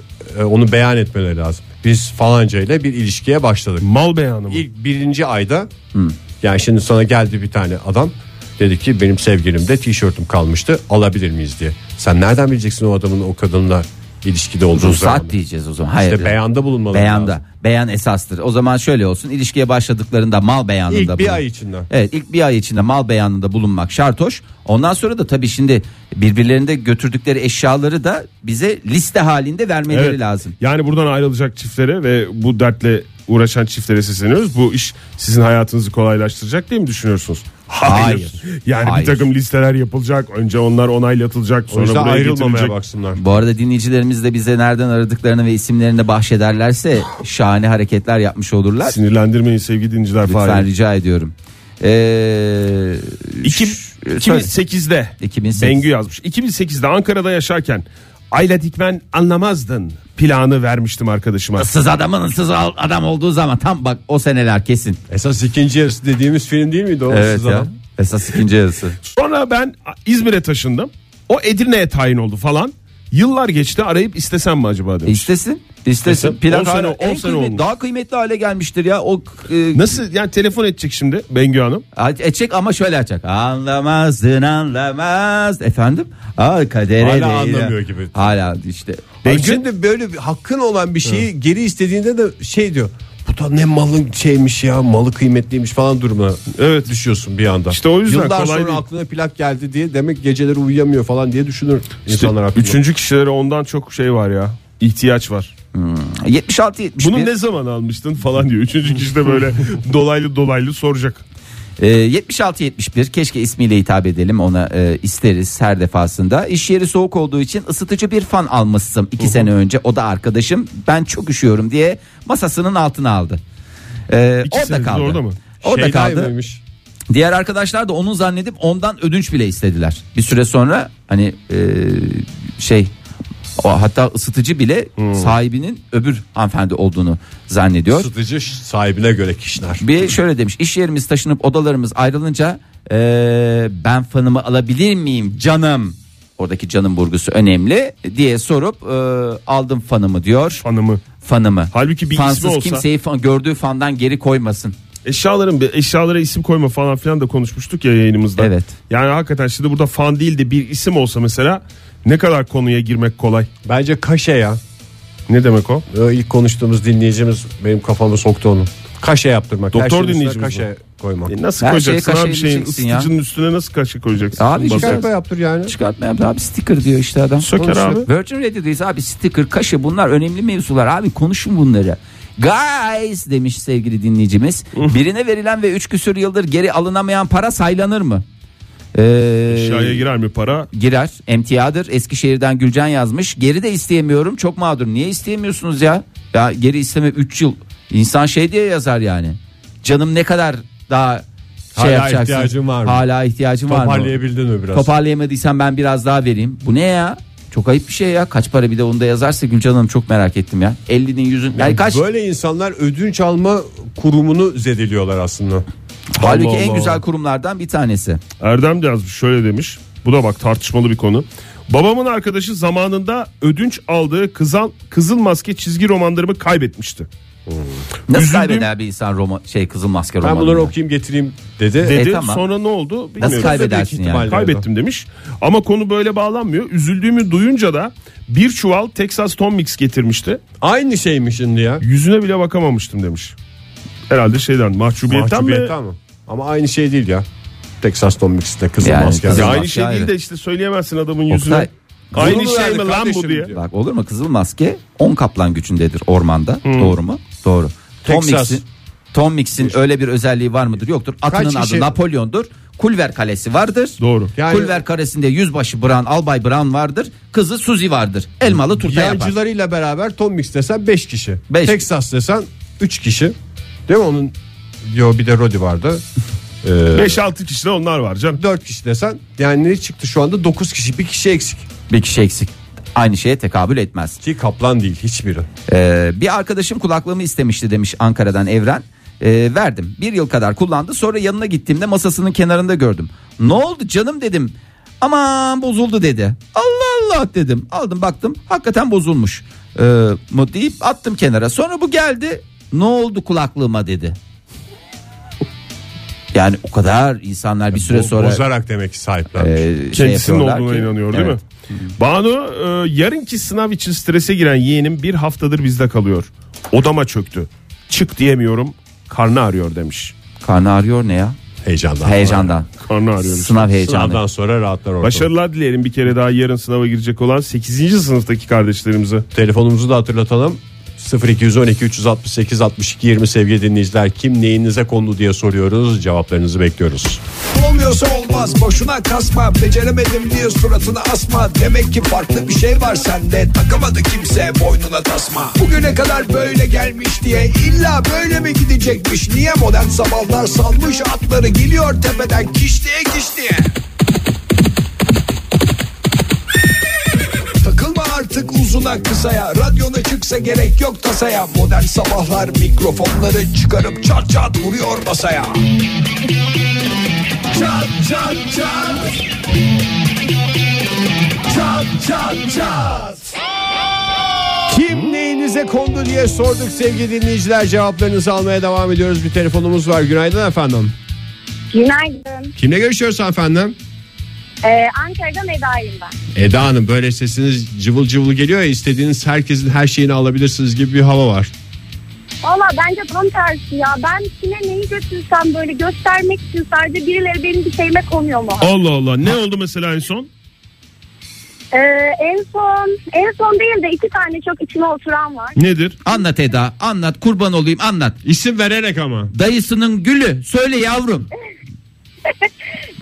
Speaker 3: e, onu beyan etmeleri lazım. Biz falanca ile bir ilişkiye başladık.
Speaker 5: Mal beyanı mı?
Speaker 3: İlk birinci ayda yani şimdi sana geldi bir tane adam dedi ki benim sevgilimde tişörtüm kalmıştı alabilir miyiz diye. Sen nereden bileceksin o adamın o kadınla ilişkide olduğu zaman?
Speaker 4: Ruhsat diyeceğiz o zaman. Hayır.
Speaker 3: İşte beyanda bulunmaları
Speaker 4: Beyanda.
Speaker 3: lazım.
Speaker 4: Beyan esastır. O zaman şöyle olsun. ilişkiye başladıklarında mal beyanında.
Speaker 3: İlk bir
Speaker 4: bulun.
Speaker 3: ay içinde.
Speaker 4: Evet ilk bir ay içinde mal beyanında bulunmak şart hoş. Ondan sonra da tabii şimdi birbirlerinde götürdükleri eşyaları da bize liste halinde vermeleri
Speaker 5: Evet.
Speaker 4: lazım.
Speaker 5: Yani buradan ayrılacak çiftlere ve bu dertle uğraşan çiftlere sesleniyoruz. Bu iş sizin hayatınızı kolaylaştıracak diye mi düşünüyorsunuz?
Speaker 4: Hayır.
Speaker 5: Yani
Speaker 4: Hayır.
Speaker 5: bir takım listeler yapılacak. Önce onlar onaylatılacak.
Speaker 3: O
Speaker 5: Sonra
Speaker 3: yüzden
Speaker 5: buraya
Speaker 3: ayrılmamaya
Speaker 5: getirilecek.
Speaker 3: baksınlar.
Speaker 4: Bu arada dinleyicilerimiz de bize nereden aradıklarını ve isimlerini de bahşederlerse şahane hareketler yapmış olurlar.
Speaker 5: Sinirlendirmeyin sevgili dinleyiciler.
Speaker 4: Lütfen
Speaker 5: Fahir.
Speaker 4: rica ediyorum. Ee,
Speaker 5: İki-
Speaker 4: ş- söyle.
Speaker 5: 2008'de
Speaker 4: 2008.
Speaker 5: Bengü yazmış. 2008'de Ankara'da yaşarken Ayla Dikmen anlamazdın planı vermiştim arkadaşıma.
Speaker 4: Sız adamın sız al- adam olduğu zaman tam bak o seneler kesin.
Speaker 3: Esas ikinci yarısı dediğimiz film değil miydi o siz adam?
Speaker 4: Esas ikinci yarısı.
Speaker 5: Sonra ben İzmir'e taşındım. O Edirne'ye tayin oldu falan. Yıllar geçti arayıp istesem mi acaba
Speaker 4: E,
Speaker 5: demiş.
Speaker 4: İstesin. İstesin.
Speaker 5: On sene-
Speaker 4: hala-
Speaker 5: on
Speaker 4: en
Speaker 5: sene
Speaker 4: kıymet-
Speaker 5: olmuş.
Speaker 4: daha kıymetli hale gelmiştir ya. O e,
Speaker 5: Nasıl yani telefon edecek şimdi Bengü Hanım?
Speaker 4: edecek ama şöyle açacak. Anlamazdın anlamaz. Efendim? Aa, kadere
Speaker 3: Hala
Speaker 4: değil.
Speaker 3: anlamıyor gibi.
Speaker 4: Hala işte.
Speaker 3: Abi Şimdi böyle bir hakkın olan bir şeyi geri istediğinde de şey diyor. Bu da ne malın şeymiş ya malı kıymetliymiş falan durumuna
Speaker 5: Evet.
Speaker 3: düşüyorsun bir anda.
Speaker 5: İşte o yüzden
Speaker 3: Yıllar
Speaker 5: kolay
Speaker 3: sonra
Speaker 5: değil.
Speaker 3: aklına plak geldi diye demek geceleri uyuyamıyor falan diye düşünür insanlar hakkında.
Speaker 5: Üçüncü kişilere ondan çok şey var ya. ihtiyaç var.
Speaker 4: 76 71.
Speaker 5: Bunu ne zaman almıştın falan diyor. Üçüncü kişi de böyle dolaylı dolaylı soracak.
Speaker 4: Ee, 76-71 keşke ismiyle hitap edelim ona e, isteriz her defasında. İş yeri soğuk olduğu için ısıtıcı bir fan almışsın 2 sene önce. O da arkadaşım ben çok üşüyorum diye masasının altına aldı. Ee,
Speaker 5: İki
Speaker 4: orada
Speaker 5: senedir
Speaker 4: kaldı.
Speaker 5: orada mı? Şey
Speaker 4: Orada
Speaker 3: Şeyda
Speaker 4: kaldı.
Speaker 3: mıymış?
Speaker 4: Diğer arkadaşlar da onun zannedip ondan ödünç bile istediler. Bir süre sonra hani e, şey o hatta ısıtıcı bile sahibinin öbür hanımefendi olduğunu zannediyor.
Speaker 3: Isıtıcı sahibine göre kişiler.
Speaker 4: Bir şöyle demiş iş yerimiz taşınıp odalarımız ayrılınca eee, ben fanımı alabilir miyim canım? Oradaki canım vurgusu önemli diye sorup eee, aldım fanımı diyor.
Speaker 5: Hanımı.
Speaker 4: Fanımı.
Speaker 5: Halbuki bir ismi
Speaker 4: Fansız
Speaker 5: olsa-
Speaker 4: kimseyi fan- gördüğü fandan geri koymasın.
Speaker 5: Eşyaların eşyalara isim koyma falan filan da konuşmuştuk ya yayınımızda.
Speaker 4: Evet.
Speaker 5: Yani hakikaten şimdi burada fan değil de bir isim olsa mesela ne kadar konuya girmek kolay.
Speaker 3: Bence kaşe ya.
Speaker 5: Ne demek o?
Speaker 3: Ee, İlk konuştuğumuz dinleyicimiz benim kafama soktu onu. Kaşe yaptırmak.
Speaker 5: Doktor
Speaker 3: her şeyin üstüne
Speaker 5: dinleyicimiz
Speaker 3: Kaşe koymak.
Speaker 5: E nasıl
Speaker 4: Her
Speaker 5: koyacaksın
Speaker 4: şeye kaşe
Speaker 5: abi bir şeyin
Speaker 4: edeceksin ya.
Speaker 5: ısıtıcının üstüne nasıl kaşe koyacaksın?
Speaker 4: Abi
Speaker 5: Basacaksın.
Speaker 4: çıkar-
Speaker 3: Kaşe yaptır yani.
Speaker 4: Çıkartma yaptı abi sticker diyor işte adam.
Speaker 5: Söker abi.
Speaker 4: Virgin Radio'dayız abi sticker kaşı bunlar önemli mevzular abi konuşun bunları. Guys demiş sevgili dinleyicimiz. Birine verilen ve üç küsür yıldır geri alınamayan para saylanır mı? Ee,
Speaker 5: Eşyaya girer mi para?
Speaker 4: girer. Emtiadır. Eskişehir'den Gülcan yazmış. Geri de isteyemiyorum. Çok mağdur. Niye isteyemiyorsunuz ya? Ya geri isteme 3 yıl. İnsan şey diye yazar yani. Canım ne kadar daha şey
Speaker 3: Hala
Speaker 4: yapacaksın?
Speaker 3: ihtiyacın var mı?
Speaker 4: Hala ihtiyacın var mı?
Speaker 3: Toparlayabildin mi biraz?
Speaker 4: Toparlayamadıysan ben biraz daha vereyim. Bu ne ya? Çok ayıp bir şey ya. Kaç para bir de onu da yazarsa Gülcan Hanım çok merak ettim ya. 50'nin 100'ün. Yani kaç?
Speaker 3: Böyle insanlar ödünç alma kurumunu zedeliyorlar aslında.
Speaker 4: Halbuki
Speaker 5: Allah
Speaker 4: en
Speaker 5: Allah.
Speaker 4: güzel kurumlardan bir tanesi.
Speaker 5: Erdem de yazmış şöyle demiş. Bu da bak tartışmalı bir konu. Babamın arkadaşı zamanında ödünç aldığı kızan, Kızıl Maske çizgi romanlarımı kaybetmişti.
Speaker 4: Nasıl
Speaker 5: Üzüldüm.
Speaker 4: kaybeder bir insan Roma şey Kızıl Maske
Speaker 3: Ben
Speaker 4: romanını?
Speaker 3: bunları okuyayım getireyim dedi.
Speaker 4: E,
Speaker 5: Dedi
Speaker 4: tamam.
Speaker 5: sonra ne oldu bilmiyorum.
Speaker 4: Nasıl kaybedersin
Speaker 3: ihtimal.
Speaker 4: yani?
Speaker 5: Kaybettim demiş. Ama konu böyle bağlanmıyor. Üzüldüğümü duyunca da bir çuval Texas Tom Mix getirmişti.
Speaker 3: Aynı şeymiş şimdi ya.
Speaker 5: Yüzüne bile bakamamıştım demiş. Herhalde şeyden mahcubiyetten,
Speaker 3: Mahcubiyetten
Speaker 5: mi?
Speaker 3: mi? Ama aynı şey değil ya. Texas Tom Mix'te kızıl
Speaker 4: Yani
Speaker 3: maske.
Speaker 4: kızıl-
Speaker 5: Ya
Speaker 3: Ya,
Speaker 5: aynı
Speaker 4: Maske
Speaker 5: şey değil
Speaker 4: ayrı.
Speaker 5: de işte söyleyemezsin adamın yüzüne.
Speaker 4: Oktay,
Speaker 5: Aynı
Speaker 3: Zorlu
Speaker 5: şey
Speaker 3: yani
Speaker 5: mi lan bu
Speaker 3: kardeşim
Speaker 5: diye.
Speaker 3: diyor.
Speaker 4: Bak olur mu Kızıl Maske 10 kaplan gücündedir ormanda. Doğru mu? Doğru. Tom
Speaker 3: Texas.
Speaker 4: Mix'in Tom Mix'in öyle bir özelliği var mıdır? Yoktur. Atının
Speaker 3: Kaç
Speaker 4: adı
Speaker 3: kişi-
Speaker 4: Napolyon'dur. Kulver Kalesi vardır.
Speaker 5: Doğru.
Speaker 3: Yani-
Speaker 4: Kulver Kalesi'nde yüzbaşı Brown, Albay Brown vardır. Kızı Suzy vardır. Elmalı turta yapar.
Speaker 3: Yancılarıyla beraber Tom Mix desen 5 kişi.
Speaker 4: Beş.
Speaker 3: Texas desen 3 kişi. Değil mi onun? Yo bir de Rodi vardı.
Speaker 5: 5-6 kişi de onlar var canım.
Speaker 3: 4 kişi desen yani ne çıktı şu anda 9 kişi bir kişi eksik.
Speaker 4: Bir kişi eksik. Aynı şeye tekabül etmez.
Speaker 3: Ki kaplan değil hiçbiri.
Speaker 4: Ee, bir arkadaşım kulaklığımı istemişti demiş Ankara'dan Evren. Ee, verdim. Bir yıl kadar kullandı. Sonra yanına gittiğimde masasının kenarında gördüm. Ne oldu canım dedim. Aman bozuldu dedi. Allah Allah dedim. Aldım baktım hakikaten bozulmuş. Ee, mu deyip attım kenara. Sonra bu geldi. Ne oldu kulaklığıma dedi. Yani o kadar insanlar bir süre sonra
Speaker 3: Bozarak demek ki sahiplenmiş.
Speaker 4: e, şey
Speaker 5: Kendisinin
Speaker 4: yapıyorlar
Speaker 5: olduğuna
Speaker 4: ki-
Speaker 5: inanıyor değil
Speaker 4: Evet.
Speaker 5: mi? Banu e, yarınki sınav için strese giren yeğenim bir haftadır bizde kalıyor. Odama çöktü. Çık diyemiyorum. Karnı ağrıyor demiş.
Speaker 4: Karnı ağrıyor ne ya?
Speaker 3: Heyecandan.
Speaker 4: Heyecandan.
Speaker 5: Karnı ağrıyor.
Speaker 4: Sınav heyecanı.
Speaker 3: Sınavdan sonra rahatlar ortada.
Speaker 5: Başarılar dilerim bir kere daha yarın sınava girecek olan 8. sınıftaki kardeşlerimize.
Speaker 3: Telefonumuzu da hatırlatalım. 0212 368 62 20 sevgili dinleyiciler kim neyinize kondu diye soruyoruz cevaplarınızı bekliyoruz.
Speaker 2: Olmuyorsa olmaz boşuna kasma Beceremedim diye suratına asma Demek ki farklı bir şey var sende Takamadı kimse boynuna tasma Bugüne kadar böyle gelmiş diye illa böyle mi gidecekmiş Niye modern sabahlar salmış atları Geliyor tepeden kiş diye kiş diye Takılma artık uzuna kısaya Radyona çıksa gerek yok tasaya Modern sabahlar mikrofonları çıkarıp çat çat vuruyor masaya Çat çat çat. Çat çat çat.
Speaker 3: Kim neyinize kondu diye sorduk sevgili dinleyiciler cevaplarınızı almaya devam ediyoruz. Bir telefonumuz var günaydın efendim.
Speaker 9: Günaydın.
Speaker 3: Kimle görüşüyoruz efendim?
Speaker 9: Ee, Ankara'dan Eda'yım ben.
Speaker 3: Eda Hanım böyle sesiniz cıvıl cıvıl geliyor ya istediğiniz herkesin her şeyini alabilirsiniz gibi bir hava var.
Speaker 9: Valla bence tam tersi ya. Ben kime neyi götürsem böyle göstermek için sadece birileri benim bir şeyime konuyor mu?
Speaker 5: Allah Allah ne oldu mesela en son?
Speaker 9: Ee, en son en son değil de iki tane çok içime oturan var.
Speaker 5: Nedir?
Speaker 4: Anlat Eda anlat kurban olayım anlat.
Speaker 5: İsim vererek ama.
Speaker 4: Dayısının gülü söyle yavrum.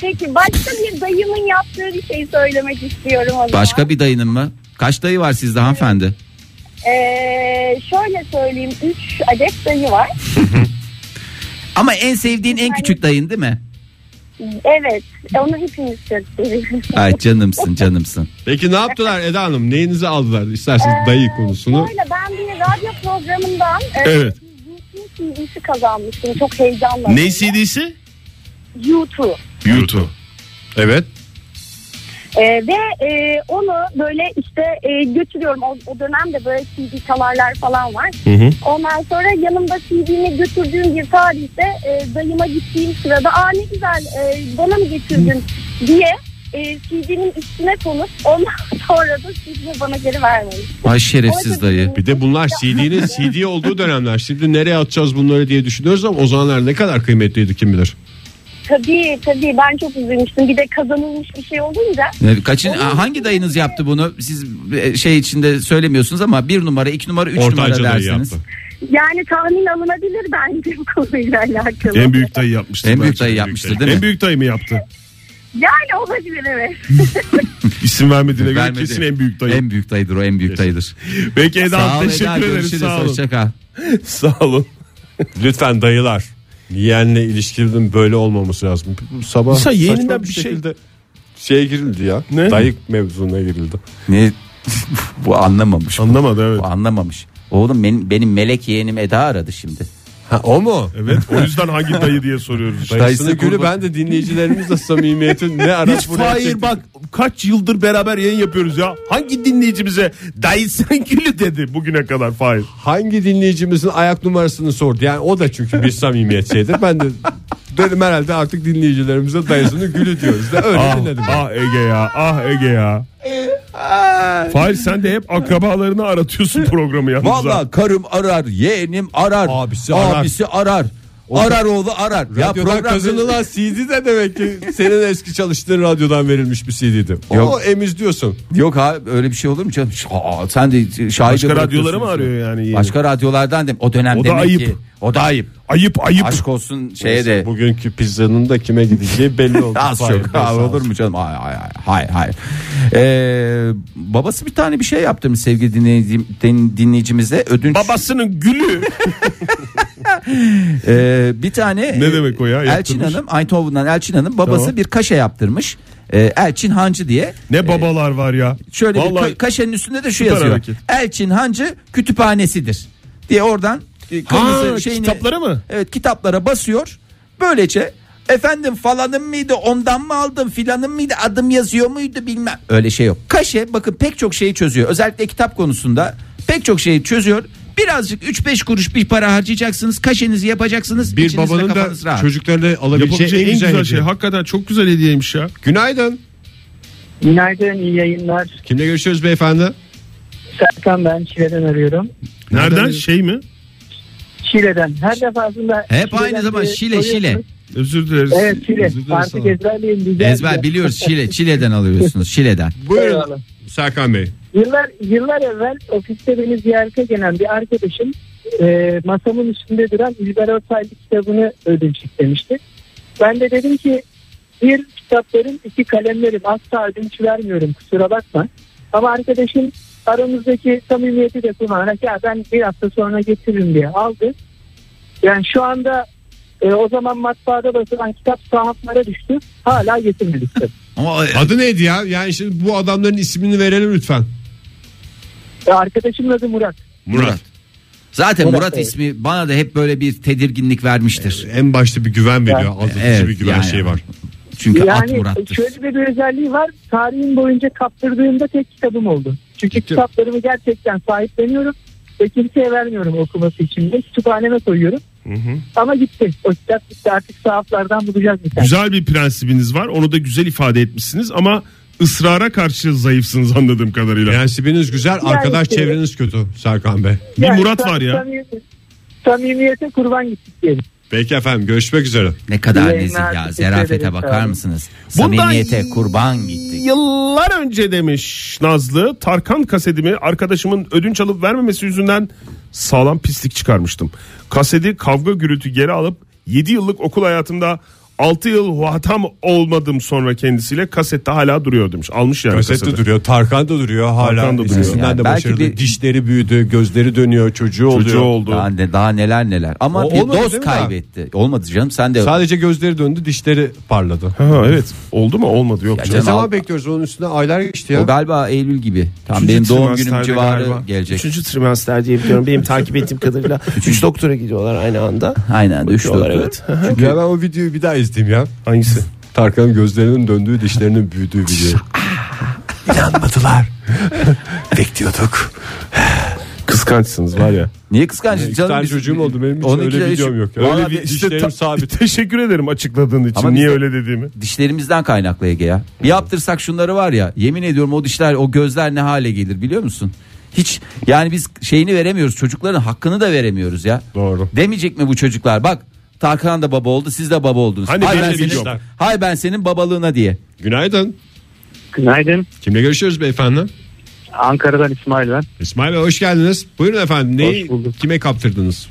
Speaker 9: Peki başka bir dayımın yaptığı bir şey söylemek istiyorum o zaman.
Speaker 4: Başka bir dayının mı? Kaç dayı var sizde hanımefendi?
Speaker 9: Ee, şöyle söyleyeyim 3 adet dayı var.
Speaker 4: Ama en sevdiğin en küçük dayın değil mi?
Speaker 9: Evet onu hepimiz çok seviyoruz.
Speaker 4: Ay canımsın canımsın.
Speaker 3: Peki ne yaptılar Eda Hanım neyinizi aldılar isterseniz dayı konusunu.
Speaker 9: Şöyle ben bir radyo programından e,
Speaker 5: Evet.
Speaker 9: YouTube CD'si kazanmıştım çok heyecanla.
Speaker 5: Ne CD'si?
Speaker 9: YouTube.
Speaker 5: YouTube.
Speaker 3: Evet
Speaker 9: Ee, ve e, onu böyle işte e, götürüyorum. O, o dönemde böyle CD çalarlar falan var. Ondan sonra yanımda CD'mi götürdüğüm bir tarihte e, dayıma gittiğim sırada aa ne güzel e, bana mı getirdin diye e, CD'nin üstüne konup ondan sonra da CD'ni bana geri vermemiş.
Speaker 4: Ay şerefsiz dayı.
Speaker 3: Bir de bunlar CD'nin CD olduğu dönemler. Şimdi nereye atacağız bunları diye düşünüyoruz ama o zamanlar ne kadar kıymetliydi kim bilir.
Speaker 9: Tabii tabii ben çok üzülmüştüm. Bir de kazanılmış bir şey olunca
Speaker 4: Ne- Kaçın, Aa, hangi dayınız yaptı bunu? Siz e, şey içinde söylemiyorsunuz ama bir numara, iki numara, üç
Speaker 3: Ortanca
Speaker 4: numara
Speaker 3: dayı
Speaker 4: dersiniz.
Speaker 3: yaptı.
Speaker 9: yani tahmin alınabilir bence bu konuyla alakalı.
Speaker 5: En büyük dayı yapmıştır.
Speaker 4: En büyük
Speaker 5: bence.
Speaker 4: dayı
Speaker 5: En
Speaker 4: yapmıştır,
Speaker 5: dayı.
Speaker 4: değil mi?
Speaker 5: En büyük dayı mı yaptı?
Speaker 9: Yani olabilir evet.
Speaker 5: İsim vermediğine göre
Speaker 4: Vermedi.
Speaker 5: kesin en büyük dayı.
Speaker 4: En büyük dayıdır o en büyük dayıdır.
Speaker 5: Peki Eda
Speaker 4: Sağ ol
Speaker 5: teşekkür
Speaker 4: Eda
Speaker 5: ederiz.
Speaker 4: görüşürüz.
Speaker 5: Sağ olun.
Speaker 4: Hoşça kal.
Speaker 5: Sağ olun.
Speaker 3: Lütfen dayılar. Yeğenle ilişkinin böyle olmaması lazım. Bu Sabah
Speaker 5: Mesela yeğeninden
Speaker 3: saçma
Speaker 5: bir şey-
Speaker 3: şeye girildi ya.
Speaker 5: Ne?
Speaker 3: Dayı mevzuna girildi.
Speaker 4: Ne? Bu anlamamış.
Speaker 5: Anlamadı evet.
Speaker 4: Bu anlamamış. Oğlum benim, benim melek yeğenim Eda aradı şimdi.
Speaker 3: Ha, o mu?
Speaker 5: Evet o yüzden hangi dayı diye soruyoruz.
Speaker 3: Dayısının
Speaker 4: Dayısı
Speaker 3: gülü
Speaker 4: kurban-
Speaker 3: ben de dinleyicilerimizle samimiyetin ne araç
Speaker 4: Hiç
Speaker 3: buraya
Speaker 4: Fahir
Speaker 3: çekti.
Speaker 4: bak
Speaker 5: kaç yıldır beraber yayın yapıyoruz ya. Hangi dinleyicimize dayısının gülü dedi bugüne kadar Fahir.
Speaker 3: Hangi dinleyicimizin ayak numarasını sordu. Yani o da çünkü bir samimiyet şeydir. Ben de dedim herhalde artık dinleyicilerimize dayısını gülü diyoruz da öyle
Speaker 5: Ah,
Speaker 3: dinledim.
Speaker 5: ah Ege ya ah Ege ya. Fahir sen de hep akrabalarını aratıyorsun programı yalnız. ha.
Speaker 4: Valla karım arar, yeğenim arar,
Speaker 3: Abisi
Speaker 4: abisi,
Speaker 3: arar.
Speaker 4: arar. Arar oğlu arar. Ya
Speaker 3: Radyodan
Speaker 4: program
Speaker 3: kazanılan CD de demek ki senin eski çalıştığın radyodan verilmiş bir CD'di. O
Speaker 4: Yok.
Speaker 3: emiz diyorsun.
Speaker 4: Yok ha öyle bir şey olur mu canım? Şa- sen de şahit
Speaker 5: Başka radyolara mı arıyor yani yeğenim?
Speaker 4: Başka radyolardan dem. O dönem
Speaker 5: O da
Speaker 4: demek
Speaker 5: ayıp.
Speaker 4: ki. O da ayıp.
Speaker 5: Ayıp ayıp.
Speaker 4: Aşk olsun şeye de.
Speaker 3: Bugünkü pizzanın da kime gideceği belli oldu.
Speaker 4: Az
Speaker 3: Fahir
Speaker 4: çok
Speaker 3: Bey,
Speaker 4: Ha,
Speaker 3: sağ
Speaker 4: olur mu canım? Hayır hayır hayır. hayır. Ee, babası bir tane bir şey yaptı mı sevgili dinleyicim, din- dinleyicimize ödünç.
Speaker 5: Babasının gülü.
Speaker 4: Ee, bir tane e,
Speaker 5: Ne demek o ya?
Speaker 4: Elçin
Speaker 5: Yaptırmış.
Speaker 4: Hanım Eindhoven'dan Elçin Hanım babası
Speaker 5: Tamam.
Speaker 4: bir kaşe yaptırmış. Ee, Elçin Hancı diye.
Speaker 5: Ne babalar var ya.
Speaker 4: Şöyle bir
Speaker 5: Vallahi
Speaker 4: ka- kaşenin üstünde de şu
Speaker 5: süper
Speaker 4: yazıyor.
Speaker 5: hareket.
Speaker 4: Elçin Hancı kütüphanesidir diye oradan e, kırmızı
Speaker 5: Ha,
Speaker 4: şeyini-
Speaker 5: kitaplara mı?
Speaker 4: Evet kitaplara basıyor. Böylece efendim falanım mıydı ondan mı aldım filanım mıydı adım yazıyor muydu bilmem. Öyle şey yok. Kaşe bakın pek çok şeyi çözüyor. Özellikle kitap konusunda pek çok şeyi çözüyor. Birazcık 3-5 kuruş bir para harcayacaksınız. Kaşenizi yapacaksınız.
Speaker 3: bir
Speaker 4: içinizde
Speaker 3: babanın
Speaker 4: kafanız
Speaker 3: da
Speaker 4: rahat.
Speaker 3: çocuklarına alabileceği
Speaker 5: yapabileceği
Speaker 3: en güzel,
Speaker 5: şey.
Speaker 3: hediye.
Speaker 5: Hakikaten çok güzel hediyeymiş ya.
Speaker 3: Günaydın.
Speaker 11: Günaydın, iyi yayınlar.
Speaker 3: Kimle görüşüyoruz beyefendi?
Speaker 11: Serkan ben Çile'den arıyorum.
Speaker 5: Nereden?
Speaker 3: Nereden?
Speaker 5: Şey mi?
Speaker 11: Çile'den. Her defasında...
Speaker 4: Hep
Speaker 11: Şile'den
Speaker 4: aynı zaman
Speaker 11: bir
Speaker 4: Şile,
Speaker 11: soruyorsunuz.
Speaker 4: Şile.
Speaker 5: Özür dileriz.
Speaker 11: Evet Şile.
Speaker 3: Özür dileriz
Speaker 11: Artık
Speaker 3: sana.
Speaker 11: ezberleyin. güzel
Speaker 4: Ezber
Speaker 11: güzel.
Speaker 4: biliyoruz Şile. Çile'den alıyorsunuz. Şile'den.
Speaker 11: Eyvallah.
Speaker 3: Buyurun Serkan Bey.
Speaker 11: Yıllar, yıllar evvel ofiste beni ziyarete gelen bir arkadaşım e, masamın üstünde duran İlber Ortaylı kitabını ödünç istemişti. Ben de dedim ki bir kitaplarım iki kalemlerim asla ödünç vermiyorum kusura bakma. Ama arkadaşım aramızdaki samimiyeti de kullanarak ya ben bir hafta sonra getiririm diye aldı. Yani şu anda e, o zaman matbaada basılan kitap sahaflara düştü. Hala getirmedik. tabii.
Speaker 4: Ama
Speaker 3: Adı neydi ya? Yani şimdi bu adamların ismini verelim lütfen.
Speaker 11: E, arkadaşımın adı Murat.
Speaker 4: Murat. Zaten
Speaker 11: Murat
Speaker 4: Murat
Speaker 11: Bey.
Speaker 4: ismi bana da hep böyle bir tedirginlik vermiştir.
Speaker 3: En başta bir güven veriyor. Azıcık
Speaker 4: Evet,
Speaker 3: bir güven
Speaker 4: yani.
Speaker 3: şeyi var.
Speaker 4: Çünkü at
Speaker 11: Yani
Speaker 4: Murat'tır.
Speaker 11: şöyle de bir özelliği var. Tarihim boyunca kaptırdığımda tek kitabım oldu. Çünkü
Speaker 3: Ciddi mi?
Speaker 11: kitaplarımı gerçekten sahipleniyorum ve kimseye vermiyorum okuması için de. Kütüphaneme koyuyorum. Ama gitti. O kitap gitti. Artık sahaflardan bulacağız bir tane.
Speaker 5: Güzel bir prensibiniz var. Onu da güzel ifade etmişsiniz ama ısrara karşı zayıfsınız anladığım kadarıyla.
Speaker 3: Prensibiniz güzel, arkadaş
Speaker 11: işte.
Speaker 3: çevreniz kötü Serkan Bey.
Speaker 5: bir
Speaker 11: Yani
Speaker 5: Murat
Speaker 11: sam-
Speaker 5: var ya.
Speaker 11: samimi- Samimiyete kurban gittik diyelim.
Speaker 3: Peki efendim görüşmek üzere.
Speaker 4: Ne kadar
Speaker 11: Yayınlar,
Speaker 4: nezih ya.
Speaker 11: teşekkür
Speaker 4: Zerafete
Speaker 11: ederim,
Speaker 4: bakar
Speaker 11: sağ olun.
Speaker 4: mısınız?
Speaker 5: Bundan
Speaker 4: Samimiyete kurban gittik.
Speaker 5: Yıllar önce demiş Nazlı Tarkan kasetimi arkadaşımın ödünç alıp vermemesi yüzünden sağlam pislik çıkarmıştım. Kaseti kavga gürültü geri alıp 7 yıllık okul hayatımda 6 yıl hatam olmadım sonra kendisiyle kasette hala duruyor demiş. Almış yani
Speaker 3: Kasette
Speaker 5: kaseti.
Speaker 3: duruyor, Tarkan da duruyor hala.
Speaker 5: Tarkan da duruyor.
Speaker 3: Eskisinden
Speaker 4: Yani
Speaker 3: de
Speaker 4: belki
Speaker 3: başarılı.
Speaker 4: bir-
Speaker 3: Dişleri büyüdü, gözleri dönüyor, çocuğu oluyor.
Speaker 5: Çocuğu oldu.
Speaker 4: Daha, ne, daha neler neler. Ama
Speaker 3: O
Speaker 4: bir
Speaker 3: olmadı değil
Speaker 4: doz
Speaker 3: mi
Speaker 4: kaybetti. Olmadı canım sen de.
Speaker 3: Sadece gözleri döndü, dişleri parladı.
Speaker 5: Ha, evet oldu mu olmadı yok.
Speaker 4: Ya
Speaker 3: Ne
Speaker 5: canım.
Speaker 4: canım,
Speaker 3: zaman
Speaker 4: al-
Speaker 3: bekliyoruz onun üstüne aylar geçti ya.
Speaker 4: o galiba Eylül gibi. Tam
Speaker 5: Üçüncü
Speaker 4: benim doğum
Speaker 5: trimesterde
Speaker 4: günüm civarı
Speaker 5: galiba.
Speaker 4: gelecek.
Speaker 12: Üçüncü trimester diye biliyorum benim takip ettiğim kadarıyla. Üç doktora gidiyorlar aynı anda.
Speaker 4: Aynen. Üç
Speaker 12: Bakıyorlar,
Speaker 4: doktor.
Speaker 12: evet.
Speaker 3: Ya ben o videoyu bir daha izleyeyim ya.
Speaker 5: Hangisi?
Speaker 3: Tarkan'ın gözlerinin döndüğü, dişlerinin büyüdüğü video. İnanmadılar. Bekliyorduk.
Speaker 5: Kıskançsınız var ya.
Speaker 4: Niye kıskançsın
Speaker 3: İki
Speaker 4: canım?
Speaker 3: tane
Speaker 4: Biz-
Speaker 3: Ee, çocuğum oldu benim hiç
Speaker 4: Onun iki
Speaker 3: öyle
Speaker 4: tane
Speaker 3: videom
Speaker 4: şu-
Speaker 3: yok. Ya.
Speaker 4: Vallahi
Speaker 3: Öyle bir
Speaker 4: biz-
Speaker 3: dişlerim
Speaker 5: ta-
Speaker 3: sabit.
Speaker 5: Teşekkür ederim açıkladığın için.
Speaker 4: Ama
Speaker 5: Niye
Speaker 4: biz de-
Speaker 5: öyle dediğimi.
Speaker 4: Dişlerimizden kaynaklı Ege ya. Bir yaptırsak şunları var ya. Yemin ediyorum o dişler o gözler ne hale gelir biliyor musun? Hiç yani biz şeyini veremiyoruz. Çocukların hakkını da veremiyoruz ya.
Speaker 5: Doğru.
Speaker 4: Demeyecek mi bu çocuklar? Bak Tarkan da baba oldu, siz de baba oldunuz.
Speaker 5: Hani
Speaker 4: hay
Speaker 5: benim
Speaker 4: ben
Speaker 5: de bir
Speaker 4: senin,
Speaker 5: yok.
Speaker 4: hay ben senin babalığına diye.
Speaker 3: Günaydın.
Speaker 11: Günaydın.
Speaker 3: Kimle görüşüyoruz beyefendi?
Speaker 11: Ankara'dan İsmail ben.
Speaker 3: İsmail Bey hoş geldiniz. Buyurun efendim. Neyi
Speaker 11: Hoş bulduk.
Speaker 3: kime kaptırdınız?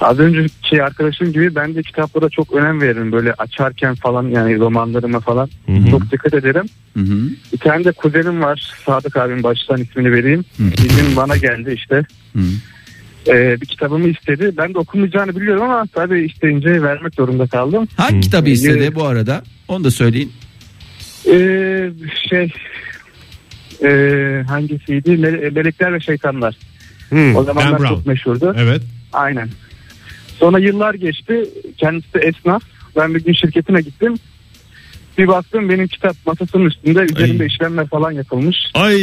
Speaker 11: Az önce şey arkadaşım gibi ben de kitaplara çok önem veririm. Böyle açarken falan yani romanlarıma falan çok dikkat ederim.
Speaker 4: Hı hı.
Speaker 11: Bir tane de kuzenim var. Sadık abim baştan ismini vereyim. Bir gün bana geldi işte.
Speaker 4: Hı.
Speaker 11: Ee, bir kitabımı istedi. Ben de okumayacağını biliyorum ama tabii isteyince vermek zorunda kaldım.
Speaker 4: Hangi kitabı istedi
Speaker 11: Evet.
Speaker 4: bu arada? Onu da söyleyin.
Speaker 11: Ee, şey ee, hangisiydi? Mele- Melekler ve Şeytanlar. o zamanlar
Speaker 3: Dan
Speaker 11: çok
Speaker 3: Brown.
Speaker 11: meşhurdu.
Speaker 3: Evet.
Speaker 11: Aynen. Sonra yıllar geçti. Kendisi de esnaf. Ben bir gün şirketine gittim.
Speaker 13: Bir baktım benim kitap masasının üstünde üzerinde işlemler falan yapılmış.
Speaker 5: Ay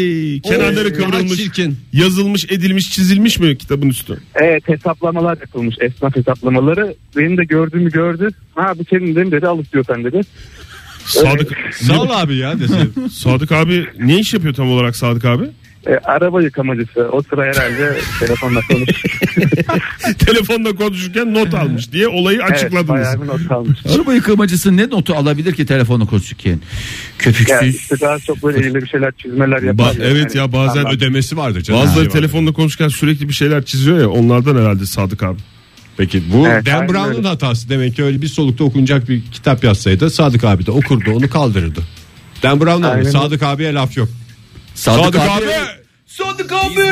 Speaker 5: kenarları kıvrılmış. Yazılmış, edilmiş, çizilmiş mi kitabın üstü?
Speaker 13: Evet hesaplamalar yapılmış esnaf hesaplamaları. Benim de gördüğümü gördü. Ha bu senin dedim dedi al istiyorsan dedi.
Speaker 5: Sadık
Speaker 3: Sağ ol abi ya desem.
Speaker 5: Sadık abi ne iş yapıyor tam olarak Sadık abi?
Speaker 13: E, araba yıkamacısı o sıra herhalde telefonla konuş.
Speaker 5: Telefonla konuşurken not almış diye olayı
Speaker 13: Evet,
Speaker 5: açıkladınız.
Speaker 13: bayağı bir not almış.
Speaker 4: Araba yıkamacısı ne notu alabilir ki telefonu konuşurken?
Speaker 13: Yani
Speaker 4: Köpüksüz.
Speaker 13: işte daha çok böyle elinde bir şeyler çizmeler yapar.
Speaker 3: Ba- evet ya bazen ödemesi vardır canım.
Speaker 5: Bazıları
Speaker 3: Yani.
Speaker 5: telefonla konuşurken sürekli bir şeyler çiziyor ya onlardan herhalde Sadık abi.
Speaker 3: Peki bu
Speaker 13: Evet,
Speaker 3: Dan
Speaker 13: aynen
Speaker 3: Brown'un
Speaker 13: öyle.
Speaker 3: hatası demek ki öyle bir solukta okunacak bir kitap yazsaydı Sadık abi de okurdu onu kaldırırdı. Dan Brown'un Sadık abiye laf yok.
Speaker 4: Sadık,
Speaker 3: Sadık
Speaker 4: abi.
Speaker 3: abi